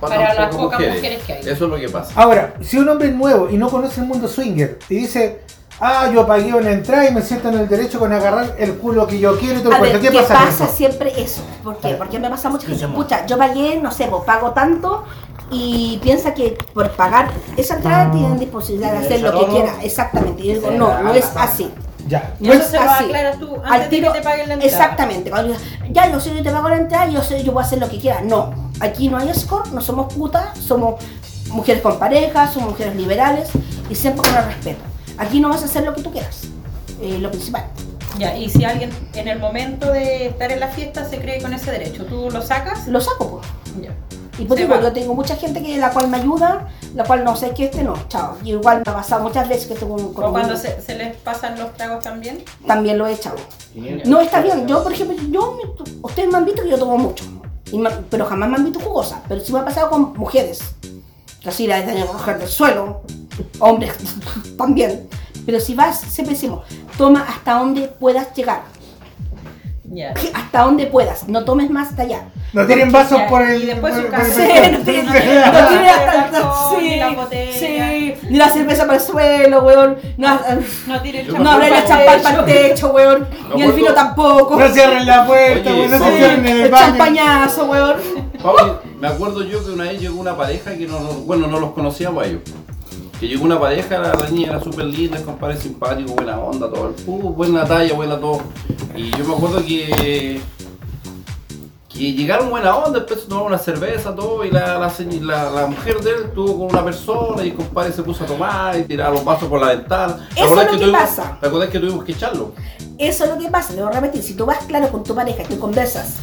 R: para,
Q: Para
R: las
Q: las
R: pocas
Q: pocas
R: mujeres.
Q: mujeres que hay.
R: Eso es lo que pasa.
O: Ahora, si un hombre es nuevo y no conoce el mundo swinger y dice, ah, yo pagué una entrada y me siento en el derecho con agarrar el culo que yo quiero y todo
L: A
O: el cuento",
L: ver, ¿qué
O: ¿qué pasa?
L: pasa,
O: con eso?
L: siempre eso? ¿Por qué? Porque me pasa mucho que dice,
O: Escuchemos.
L: pucha, yo pagué, no sé, vos pago tanto y piensa que por pagar esa entrada tienen disposibilidad de
O: Y
L: hacer
O: eso
L: lo que
O: Ah. no.
L: quiera, exactamente. Y yo digo,
O: Sí, ah,
L: no,
O: la-
L: no es
O: la-
L: así.
O: Ya.
L: No
Q: Eso
L: es
Q: se lo
L: así.
Q: aclaras tú
L: Al
Q: antes de que
L: tiro-
Q: te paguen la entrada.
L: Exactamente. Cuando digas, ya, yo sé, yo te pago la entrada, yo sé, yo voy a hacer lo que quiera. No, aquí no hay score, no somos putas, somos mujeres con pareja, somos mujeres liberales y siempre con el respeto. Aquí no vas a hacer lo que tú quieras, eh, lo principal.
Q: Ya, y si alguien en el momento de estar en la fiesta se cree con ese derecho, ¿tú lo sacas?
L: Lo saco,
Q: pues. Ya.
L: Y por
Q: Se
L: ejemplo, yo
Q: va.
L: tengo mucha gente que la cual me ayuda, la cual no sé que este no, chao. Y igual me ha pasado muchas veces que tengo con,
Q: ¿O cuando se, se les pasan los tragos también?
L: también lo he echado. No está bien, yo por ejemplo, yo me- ustedes me han visto que yo tomo mucho, y me- pero jamás me han visto jugosa, pero sí me ha pasado con mujeres, que así la de coger del suelo, hombres también. Pero si vas, siempre decimos, toma hasta donde puedas llegar,
Q: Ya.
L: hasta donde puedas, no tomes más hasta allá.
O: No tienen vasos por el.
L: después
O: por-
L: su
O: por el-
L: casa. Sí, no tiene- no tiene hasta-
Q: Ni la
L: sí,
Q: botella.
L: sí. Ni la cerveza para el suelo, weón. No, eh,
Q: no tiene
L: no abra la Ah, champán para el techo, weón.
R: No
L: Ni el vino
R: puedo-
L: tampoco.
R: No cierren la puerta,
L: Oye,
R: weón, no se
L: sí,
R: cierren en el
L: el
R: baño.
L: champañazo, weón.
R: Pablo, me acuerdo yo que una vez llegó una pareja que no, no- bueno, no los conocíamos a ellos. Que llegó una pareja, la, la niña era súper linda, el compadre simpático, buena onda, todo el uh, buena talla, buena todo. Y yo me acuerdo que, que llegaron buena onda, después se tomaron una cerveza, todo, y la, la, señ- la- la mujer de él estuvo con una persona y el compadre se puso a tomar y tiraba los vasos por la ventana. ¿Te
L: Eso
R: acordás
L: es lo que
R: tuvimos-
L: pasa.
R: ¿Te acordás que tuvimos que echarlo?
L: Eso es lo que pasa, le voy a repetir. Si tú vas claro con tu pareja, tú conversas,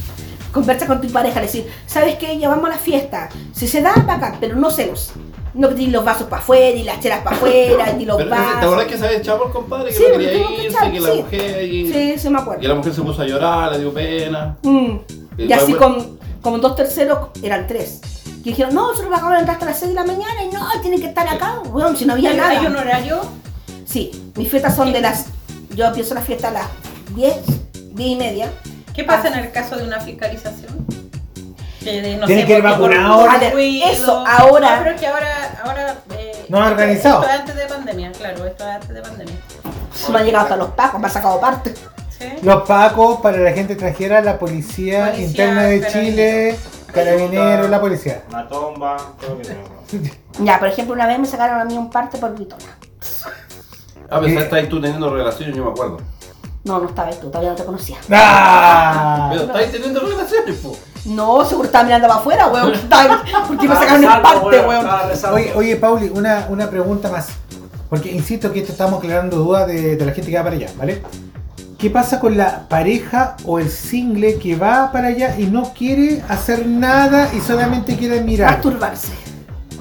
L: conversas con tu pareja, le decir, ¿sabes qué? Ya vamos a la fiesta. Si se da, acá, pero no celos. No que tiren los vasos para afuera, y las chelas para afuera, ni los
R: Pero,
L: vasos.
R: ¿Te acordás que se había echado el compadre? Que
L: Oh, Sí,
R: no
L: me lo
R: quería
L: tengo que
R: irse,
L: echar,
R: que la
L: sí.
R: mujer... Y...
L: Sí, sí me
R: Y
L: acuerdo.
R: la mujer se puso a llorar, le dio pena.
L: Mm. Y
R: Igual,
L: así
R: bueno,
L: con, como dos terceros eran tres. Que dijeron, no, nosotros pagamos la entrada hasta las 6 de la mañana y no, tienen que estar acá, weón, si no había
Q: ¿Hay-
L: nada.
Q: hay un horario?
L: Sí, mis fiestas son de las. Yo empiezo la fiesta a las 10, 10 y media.
Q: ¿Qué pasa en el caso de una fiscalización? Que de,
O: Tiene que
Q: por-
O: ir
Q: por-
O: vacunado.
Q: por
O: A ver,
Q: descuido.
L: Ah, eso, ahora-
Q: No, pero es que ahora, ahora eh,
O: No ha organizado.
Q: Esto es antes de pandemia, claro, esto es antes de pandemia.
L: No han llegado hasta los pacos, me han sacado parte.
O: Los pacos para la gente extranjera, la policía,
L: Policía,
O: interna de
L: carabineros.
O: Chile, carabineros, la policía.
J: Una tomba, todo lo que tenemos.
L: Ya, por ejemplo, una vez me sacaron a mí un parte por gritona.
R: A pesar de estar tú teniendo relaciones, yo me acuerdo.
L: No, no estaba ahí tú, todavía no te conocía. Ah.
O: ¡Ah!
R: Pero estáis teniendo relaciones, po.
L: No, seguro estaba mirando para afuera, weón. Estaba- ¿Por qué me
K: Ah,
L: sacaron el parte, weón?
O: Oye, oye, Pauli, una, una pregunta más. Porque insisto que esto estamos aclarando dudas de, de la gente que va para allá, ¿vale? ¿Qué pasa con la pareja o el single que va para allá y no quiere hacer nada y solamente quiere mirar?
L: Masturbarse.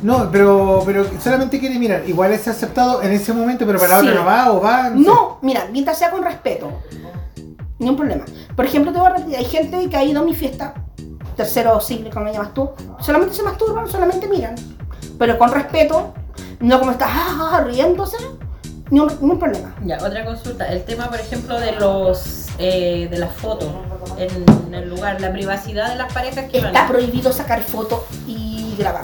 O: No, pero, pero solamente quiere mirar. Igual es aceptado en ese momento, pero para
L: Sí.
O: ahora no va o va.
L: No, mira, mientras sea con respeto. Ni un problema. Por ejemplo, te voy a repetir, hay gente que ha ido a mi fiesta, tercero simple, como me llamas tú, solamente se masturban, solamente miran. Pero con respeto, no como estás ah, ah, riéndose, ni un, ni un problema.
Q: Ya, otra consulta. El tema, por ejemplo, de los eh, de las fotos en el lugar, la privacidad de las parejas que
L: Está prohibido sacar fotos y grabar.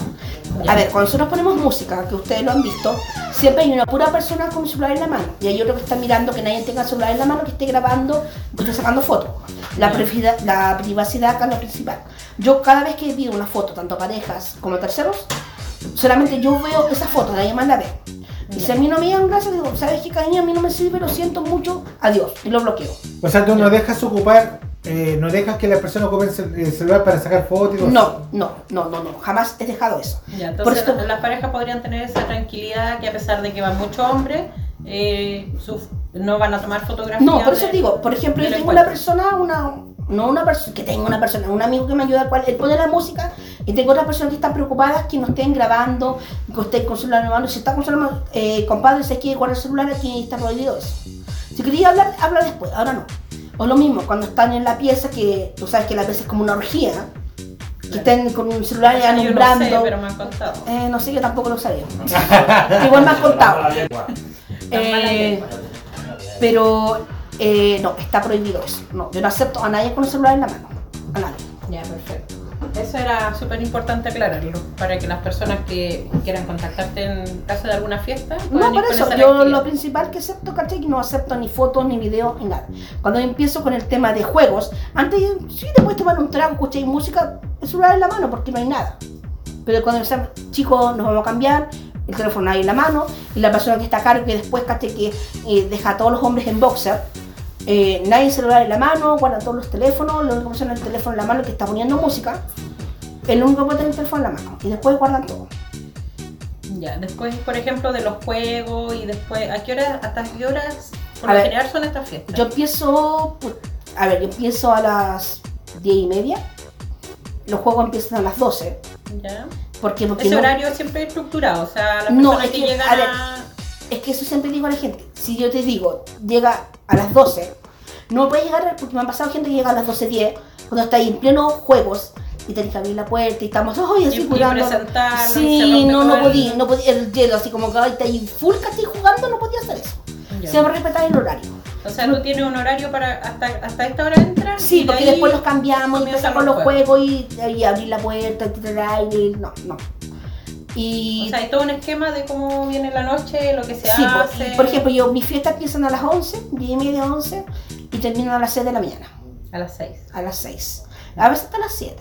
L: A ver, cuando nosotros ponemos música, que ustedes lo han visto, siempre hay una pura persona con un celular en la mano. Y hay otro que está mirando que nadie tenga celular en la mano, que esté grabando, que esté sacando fotos. La, privacidad- la privacidad acá es lo principal. Yo cada vez que pido una foto, tanto a parejas como a terceros, solamente yo veo esa foto, nadie más la ve. Y si a mí no me dan gracias, digo, ¿sabes qué, cariño? A mí no me sirve, lo siento mucho, adiós. Y lo bloqueo.
O: O sea, tú no dejas ocupar, eh, no dejas que la persona ocupe el cel- el celular para sacar fotos. y cosas.
L: No, no, no, no, no, jamás he dejado eso.
Q: Ya,
L: Por
Q: entonces
L: esto-
Q: las parejas podrían tener esa tranquilidad que a pesar de que van muchos hombres, eh, su- no van a tomar fotografías.
L: No, por eso
Q: de-
L: digo, por ejemplo, yo
Q: del
L: tengo una
Q: encuentro.
L: persona, una, no una persona, que tengo una persona, un amigo que me ayuda, al cual él pone la música, y tengo otras personas que están preocupadas que no estén grabando, que estén con celular en mano. Si está con celular en mano, eh, compadre, si hay que guardar el celular, aquí está prohibido eso. Si quería hablar, habla después, ahora no. O lo mismo, cuando están en la pieza, que tú sabes que la pieza es como una orgía, que estén con un celular
Q: Eso yo no
L: alumbrando.
Q: sé, pero me han contado.
L: Eh, no sé, yo tampoco lo sabía. Igual me han contado. Eh, pero eh, no, está prohibido eso. No, yo no acepto a nadie con un celular en la mano. A nadie.
Q: Ya, perfecto. Eso era súper importante aclararlo, para que las personas que quieran contactarte en caso de alguna fiesta
L: No,
Q: puedan ir
L: por
Q: con
L: eso,
Q: esa
L: yo
Q: actividad.
L: lo principal que acepto, ¿cachai? Que No acepto ni fotos, ni videos, ni nada. Cuando empiezo con el tema de juegos, antes sí te puedes tomar un trago, escucháis música, el celular en la mano, porque no hay nada. Pero cuando empezamos, chicos, nos vamos a cambiar, el teléfono ahí en la mano, y la persona que está a cargo, que después, ¿cachai? Que eh, deja a todos los hombres en boxer, eh, nadie celular en la mano, guarda todos los teléfonos, la única persona el teléfono en la mano que está poniendo música, el único que puede tener el teléfono en la mano, y después guardan todo.
Q: Ya, después, por ejemplo, de los juegos y después, ¿a qué horas, hasta qué horas, por
L: A
Q: lo
L: ver,
Q: general son estas fiestas?
L: Yo empiezo, pu- a ver, yo empiezo a las 10 y media. Los juegos empiezan a las 12.
Q: ¿Ya?
L: Porque, porque
Q: Ese
L: no-
Q: horario siempre es estructurado, o sea, las
L: No,
Q: personas
L: es
Q: que,
L: que,
Q: llegan
L: a ver,
Q: a-
L: Es que eso siempre digo a la gente. Si yo te digo, llega a las 12, no puede llegar, porque me han pasado gente que llega a las 12.10, cuando está ahí en pleno juegos, y tenés que abrir la puerta y estamos, ay,
Q: Y-
L: así
Q: y
L: jugando.
Q: presentarlo, y se
L: Sí,
Q: rompe
L: no, no
Q: todo el-
L: podía, no podía, el hielo, así como que ay, está ahí full casi jugando, no podía hacer eso.
Q: Ya.
L: Siempre respetar el horario.
Q: O sea, tú tienes un horario para hasta, hasta esta hora entrar.
L: Sí, porque después los cambiamos y
Q: comienzan
L: empezamos
Q: los
L: los juegos y, y abrir la puerta y tirar aire. No, no. Y,
Q: O sea, hay todo un esquema de cómo viene la noche, lo que se
L: sí, po-
Q: hace.
L: y, por ejemplo, yo, mis fiestas empiezan a las 11, 10 y media, 11 y terminan a las 6 de la mañana.
Q: A las 6.
L: A las 6. A veces hasta las 7.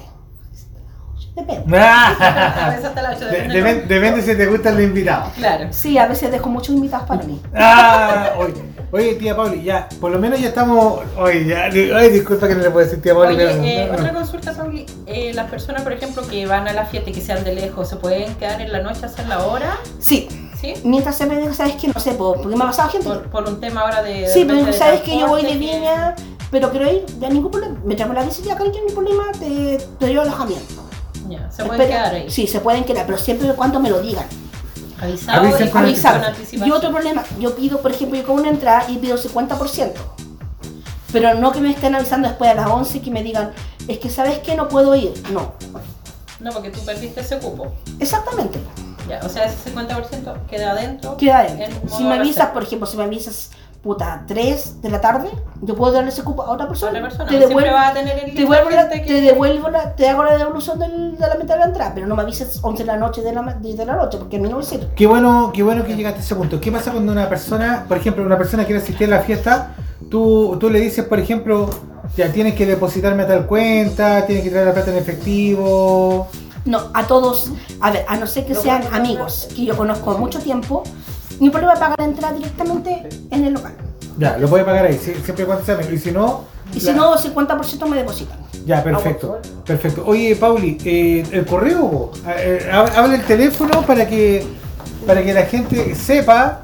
L: Depende.
O: Ah.
L: A veces hasta las ocho,
O: De-
L: depende
O: Depende depende si te gustan los invitados.
Q: Claro.
L: Sí, a veces dejo muchos invitados para mí.
O: Ah, oye, oye, tía Pauli, ya, por lo menos ya estamos. Oye, ya, di- ay, disculpa que no le puedo decir tía Pauli.
Q: Oye,
O: pero-
Q: eh, otra consulta, Pauli. Eh, las personas, por ejemplo, que van a la fiesta y que sean de lejos, ¿se pueden quedar en la noche a hacer la hora?
L: Sí.
Q: ¿Sí?
L: Mientras se me dice, ¿sabes qué? No sé, po- porque me ha pasado gente.
Q: Por, por un tema ahora de. de
L: Sí, pero
Q: repente de
L: sabes que yo voy de
Q: transporte, que-
L: viña, pero quiero ir, ya ningún problema. Me traigo la bicicleta, acá no hay ningún problema, te, te doy alojamiento.
Q: Ya, se pueden
L: Espera-
Q: quedar ahí.
L: Sí, se pueden quedar, pero siempre y cuando me lo digan.
Q: Avisado Avisen y
L: Avisado.
Q: con anticipación. con anticipación.
L: Y otro problema, yo pido, por ejemplo, yo como una entrada y pido el 50%. Pero no que me estén avisando después a las 11 que me digan, es que sabes que no puedo ir. No,
Q: No, porque tú perdiste ese cupo.
L: exactamente.
Q: Ya, o sea, ese 50% queda adentro.
L: Queda adentro.
Q: en modo
L: Si me avisas,
Q: reserva.
L: por ejemplo, si me avisas, puta, 3 de la tarde, yo puedo darle ese cupo a otra persona.
Q: persona, pues,
L: Te
Q: siempre
L: devuelvo,
Q: vas a tener en
L: te
Q: lista
L: devuelvo, la,
Q: gente que-
L: te devuelvo la- te hago la devolución del- de la mitad de la entrada, pero no me avises 11 de la noche de la, ma- de la noche, porque a mí no me sirve.
O: Qué bueno, qué bueno que llegaste a ese punto. ¿Qué pasa cuando una persona, por ejemplo, una persona quiere asistir a la fiesta, tú, tú le dices, por ejemplo, ya tienes que depositarme a tal cuenta, tienes que traer la plata en efectivo.
L: No, a todos, a ver, a no ser que sean amigos que yo conozco mucho tiempo, mi problema es pagar la entrada directamente en el local.
O: Ya, lo puedes pagar ahí, si- siempre y cuando sea amigo. Y si no,
L: Y si no, 50% me depositan.
Q: Ah,
O: ya, perfecto. Perfecto. Oye, Pauli, eh, el correo, vos? Ah, eh, hab- habla el teléfono para que, para que la gente sepa,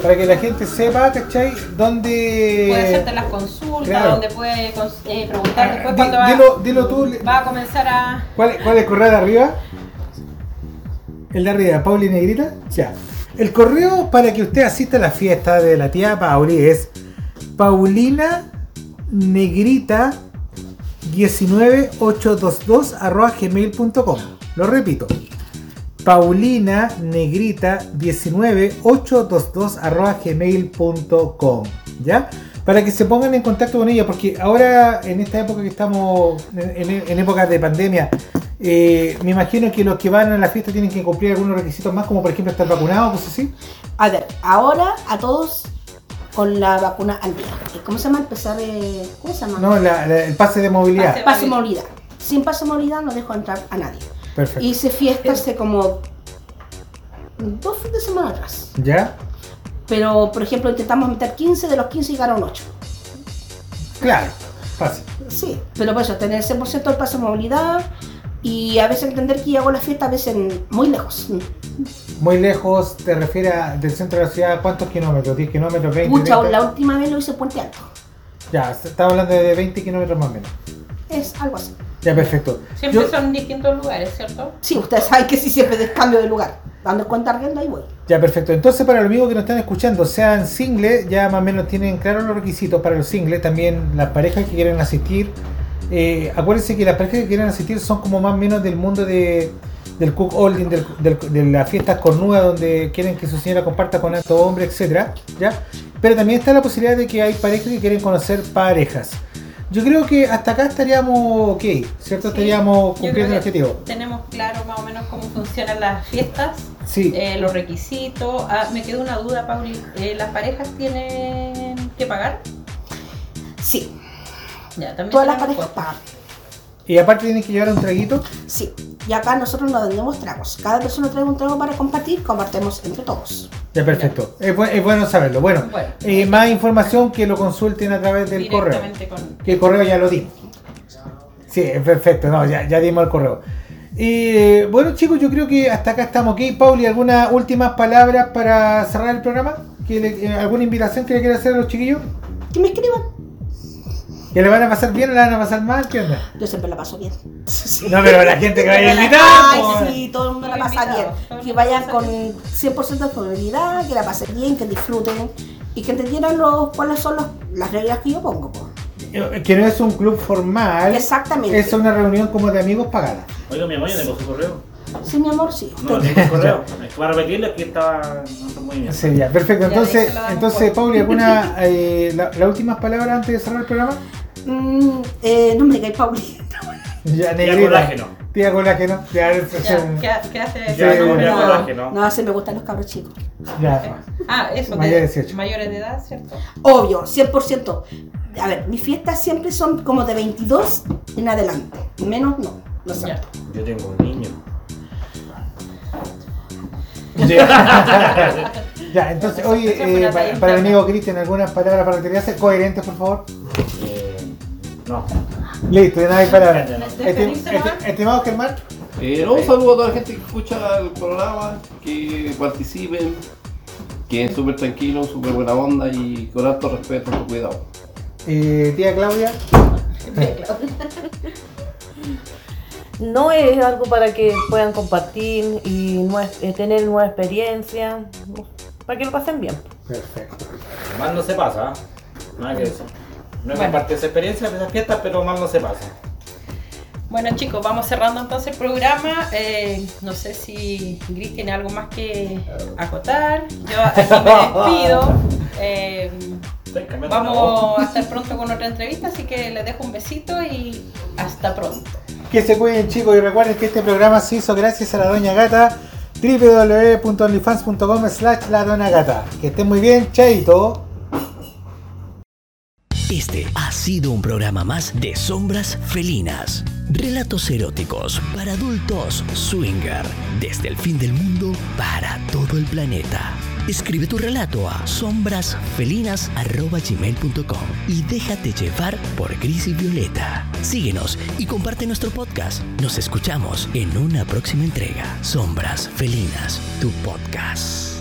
O: para que la gente sepa, ¿cachai? Dónde...
Q: Puede hacerte las consultas,
O: Claro. Ah,
Q: donde puede cons- eh, preguntar después
O: Di-
Q: cuando va,
O: dilo- dilo tú,
Q: va a comenzar a.
O: ¿Cuál, cuál es el correo de arriba? El de arriba, Pauli Negrita. Ya. El correo para que usted asista a la fiesta de la tía Pauli es paulina negrita 19822 gmail.com. Lo repito. Paulina Negrita 19822 gmail.com. ¿Ya? Para que se pongan en contacto con ella, porque ahora en esta época que estamos, en, en- en época de pandemia, eh, me imagino que los que van a la fiesta tienen que cumplir algunos requisitos más, como por ejemplo estar pues vacunados, cosas así.
L: A ver, ahora a todos con la vacuna al día. ¿Cómo se llama? Empezar, eh, ¿cómo se llama?
O: No, la- la- el pase de movilidad.
L: Pase de movilidad. Sin pase de movilidad no dejo entrar a nadie.
O: Perfecto.
L: Hice fiesta hace como dos fines de semana atrás.
O: ¿Ya?
L: Pero, por ejemplo, intentamos meter 15, de los 15 llegaron 8.
O: Claro, fácil.
L: Sí, pero por eso, tener 100% del pase de movilidad y a veces entender que yo hago la fiesta a veces en- muy lejos.
O: Muy lejos, te refieres a- del centro de la ciudad, ¿cuántos kilómetros? ¿10 kilómetros? ¿20?
L: Pucha,
O: 30?
L: la última vez lo hice en Puente Alto.
O: Ya, se- estaba hablando de 20 kilómetros más o menos.
L: Es algo así.
O: Ya, perfecto.
Q: Siempre
O: Yo-
Q: son distintos lugares, ¿cierto?
L: Sí, ustedes saben que sí siempre des- cambio de lugar. Dando cuenta arriendo, ahí voy.
O: Ya, perfecto. Entonces, para los amigos que nos están escuchando, sean singles, ya más o menos tienen claros los requisitos para los singles. También las parejas que quieren asistir eh, acuérdense que las parejas que quieren asistir son como más o menos del mundo de, del cook holding, del- del- de las fiestas cornudas donde quieren que su señora comparta con estos hombres, etcétera, ¿ya? Pero también está la posibilidad de que hay parejas que quieren conocer parejas. Yo creo que hasta acá estaríamos ok, ¿cierto? Estaríamos
Q: Yo creo
O: cumpliendo el
Q: que
O: objetivo.
Q: Tenemos claro más o menos cómo funcionan las fiestas,
O: Sí.
Q: eh, los requisitos. Ah, me quedó una duda, Pauli. eh, ¿Las parejas tienen que pagar?
L: Sí.
Q: Ya, también
L: Todas las
Q: tenemos
L: parejas pagan.
O: Y aparte tienen que llevar un traguito.
L: Sí. Y acá nosotros nos vendemos tragos. Cada persona trae un trago para compartir, compartimos entre todos.
O: Ya, perfecto. Es, bu- es bueno saberlo. Bueno,
L: Bueno.
O: eh, más información que lo consulten a través del correo.
Q: Directamente con-
O: Que el correo ya lo dimos. Sí, es perfecto. No, ya, ya dimos el correo. Eh, bueno, chicos, yo creo que hasta acá estamos aquí. Pauli, ¿algunas últimas palabras para cerrar el programa? ¿Que le- eh, ¿Alguna invitación que le quieras hacer a los chiquillos?
L: Que me escriban.
O: ¿Que le van a pasar bien o la van a pasar mal? ¿Qué onda?
L: Yo siempre la paso bien.
O: No, pero la gente que vaya a invitar,
L: Ay,
O: po.
L: sí, todo el mundo la pasa bien. Que vayan con 100% de probabilidad, que la pasen bien, que disfruten y que entendieran los, cuáles son los- las reglas que yo pongo. po.
O: Eh, Que no es un club formal.
L: Exactamente.
O: Es una reunión como de amigos pagada.
K: Oiga, mi amor, ¿ya le pasó correo?
L: Sí, mi amor, sí.
K: No, le pasó correo. Para repetirle que estaba... No está muy bien.
O: Sí, ya, perfecto.
K: Ya, ahí
O: Entonces,
K: se la damos
O: entonces
K: por-
O: Pauli, ¿alguna eh, la- las últimas palabras antes de cerrar el programa?
L: Mm, eh, no me digáis, Pauli.
O: Ya,
K: colágeno.
O: Tía colágeno. Ya, eso es un-
Q: ¿Qué hace?
O: Ya, no, ya colágeno.
L: No, se me gustan los cabros chicos.
O: ya.
Q: Ah, eso. de-
O: Mayores de 18.
Q: Mayores de edad, ¿cierto?
L: Obvio, 100%. A ver, mis fiestas siempre son como de 22 en adelante. Menos no, no sé.
K: Yo tengo un niño.
O: Ya. Ya, entonces, oye,
K: Esa fue
O: eh,
K: una
O: para,
K: talla
O: para el
K: interna.
O: amigo Cristian, algunas palabras para que te hace coherentes, por favor.
K: Eh, no.
O: Listo, ya no hay palabras.
K: Desde
O: Este-
K: Instagram.
O: este- Estimado Germán.
R: Eh, no, un saludo a toda la gente que escucha el programa, que participen, que es súper tranquilo, súper buena onda y con alto respeto, con cuidado.
O: eh, tía Claudia.
V: No es algo para que puedan compartir y nue- eh, tener nueva experiencia, para que lo pasen bien.
O: Perfecto.
K: Más no se pasa, ¿ah? Nada que eso. No he compartido esa experiencia de esas fiestas, pero más no se pasa.
Q: Bueno chicos, vamos cerrando entonces el programa. Eh, no sé si Gris tiene algo más que acotar. Yo aquí me despido. Eh, vamos a estar pronto con otra entrevista, así que les dejo un besito y hasta pronto.
O: Que se cuiden chicos y recuerden que este programa se hizo gracias a la Doña Gata www.onlyfans.com slash la Doña Gata. Que estén muy bien, chaito.
M: Este ha sido un programa más de Sombras Felinas. Relatos eróticos para adultos swinger. Desde el fin del mundo para todo el planeta. Escribe tu relato a sombrasfelinas.gmail.com y déjate llevar por Gris y Violeta. Síguenos y comparte nuestro podcast. Nos escuchamos en una próxima entrega. Sombras Felinas, tu podcast.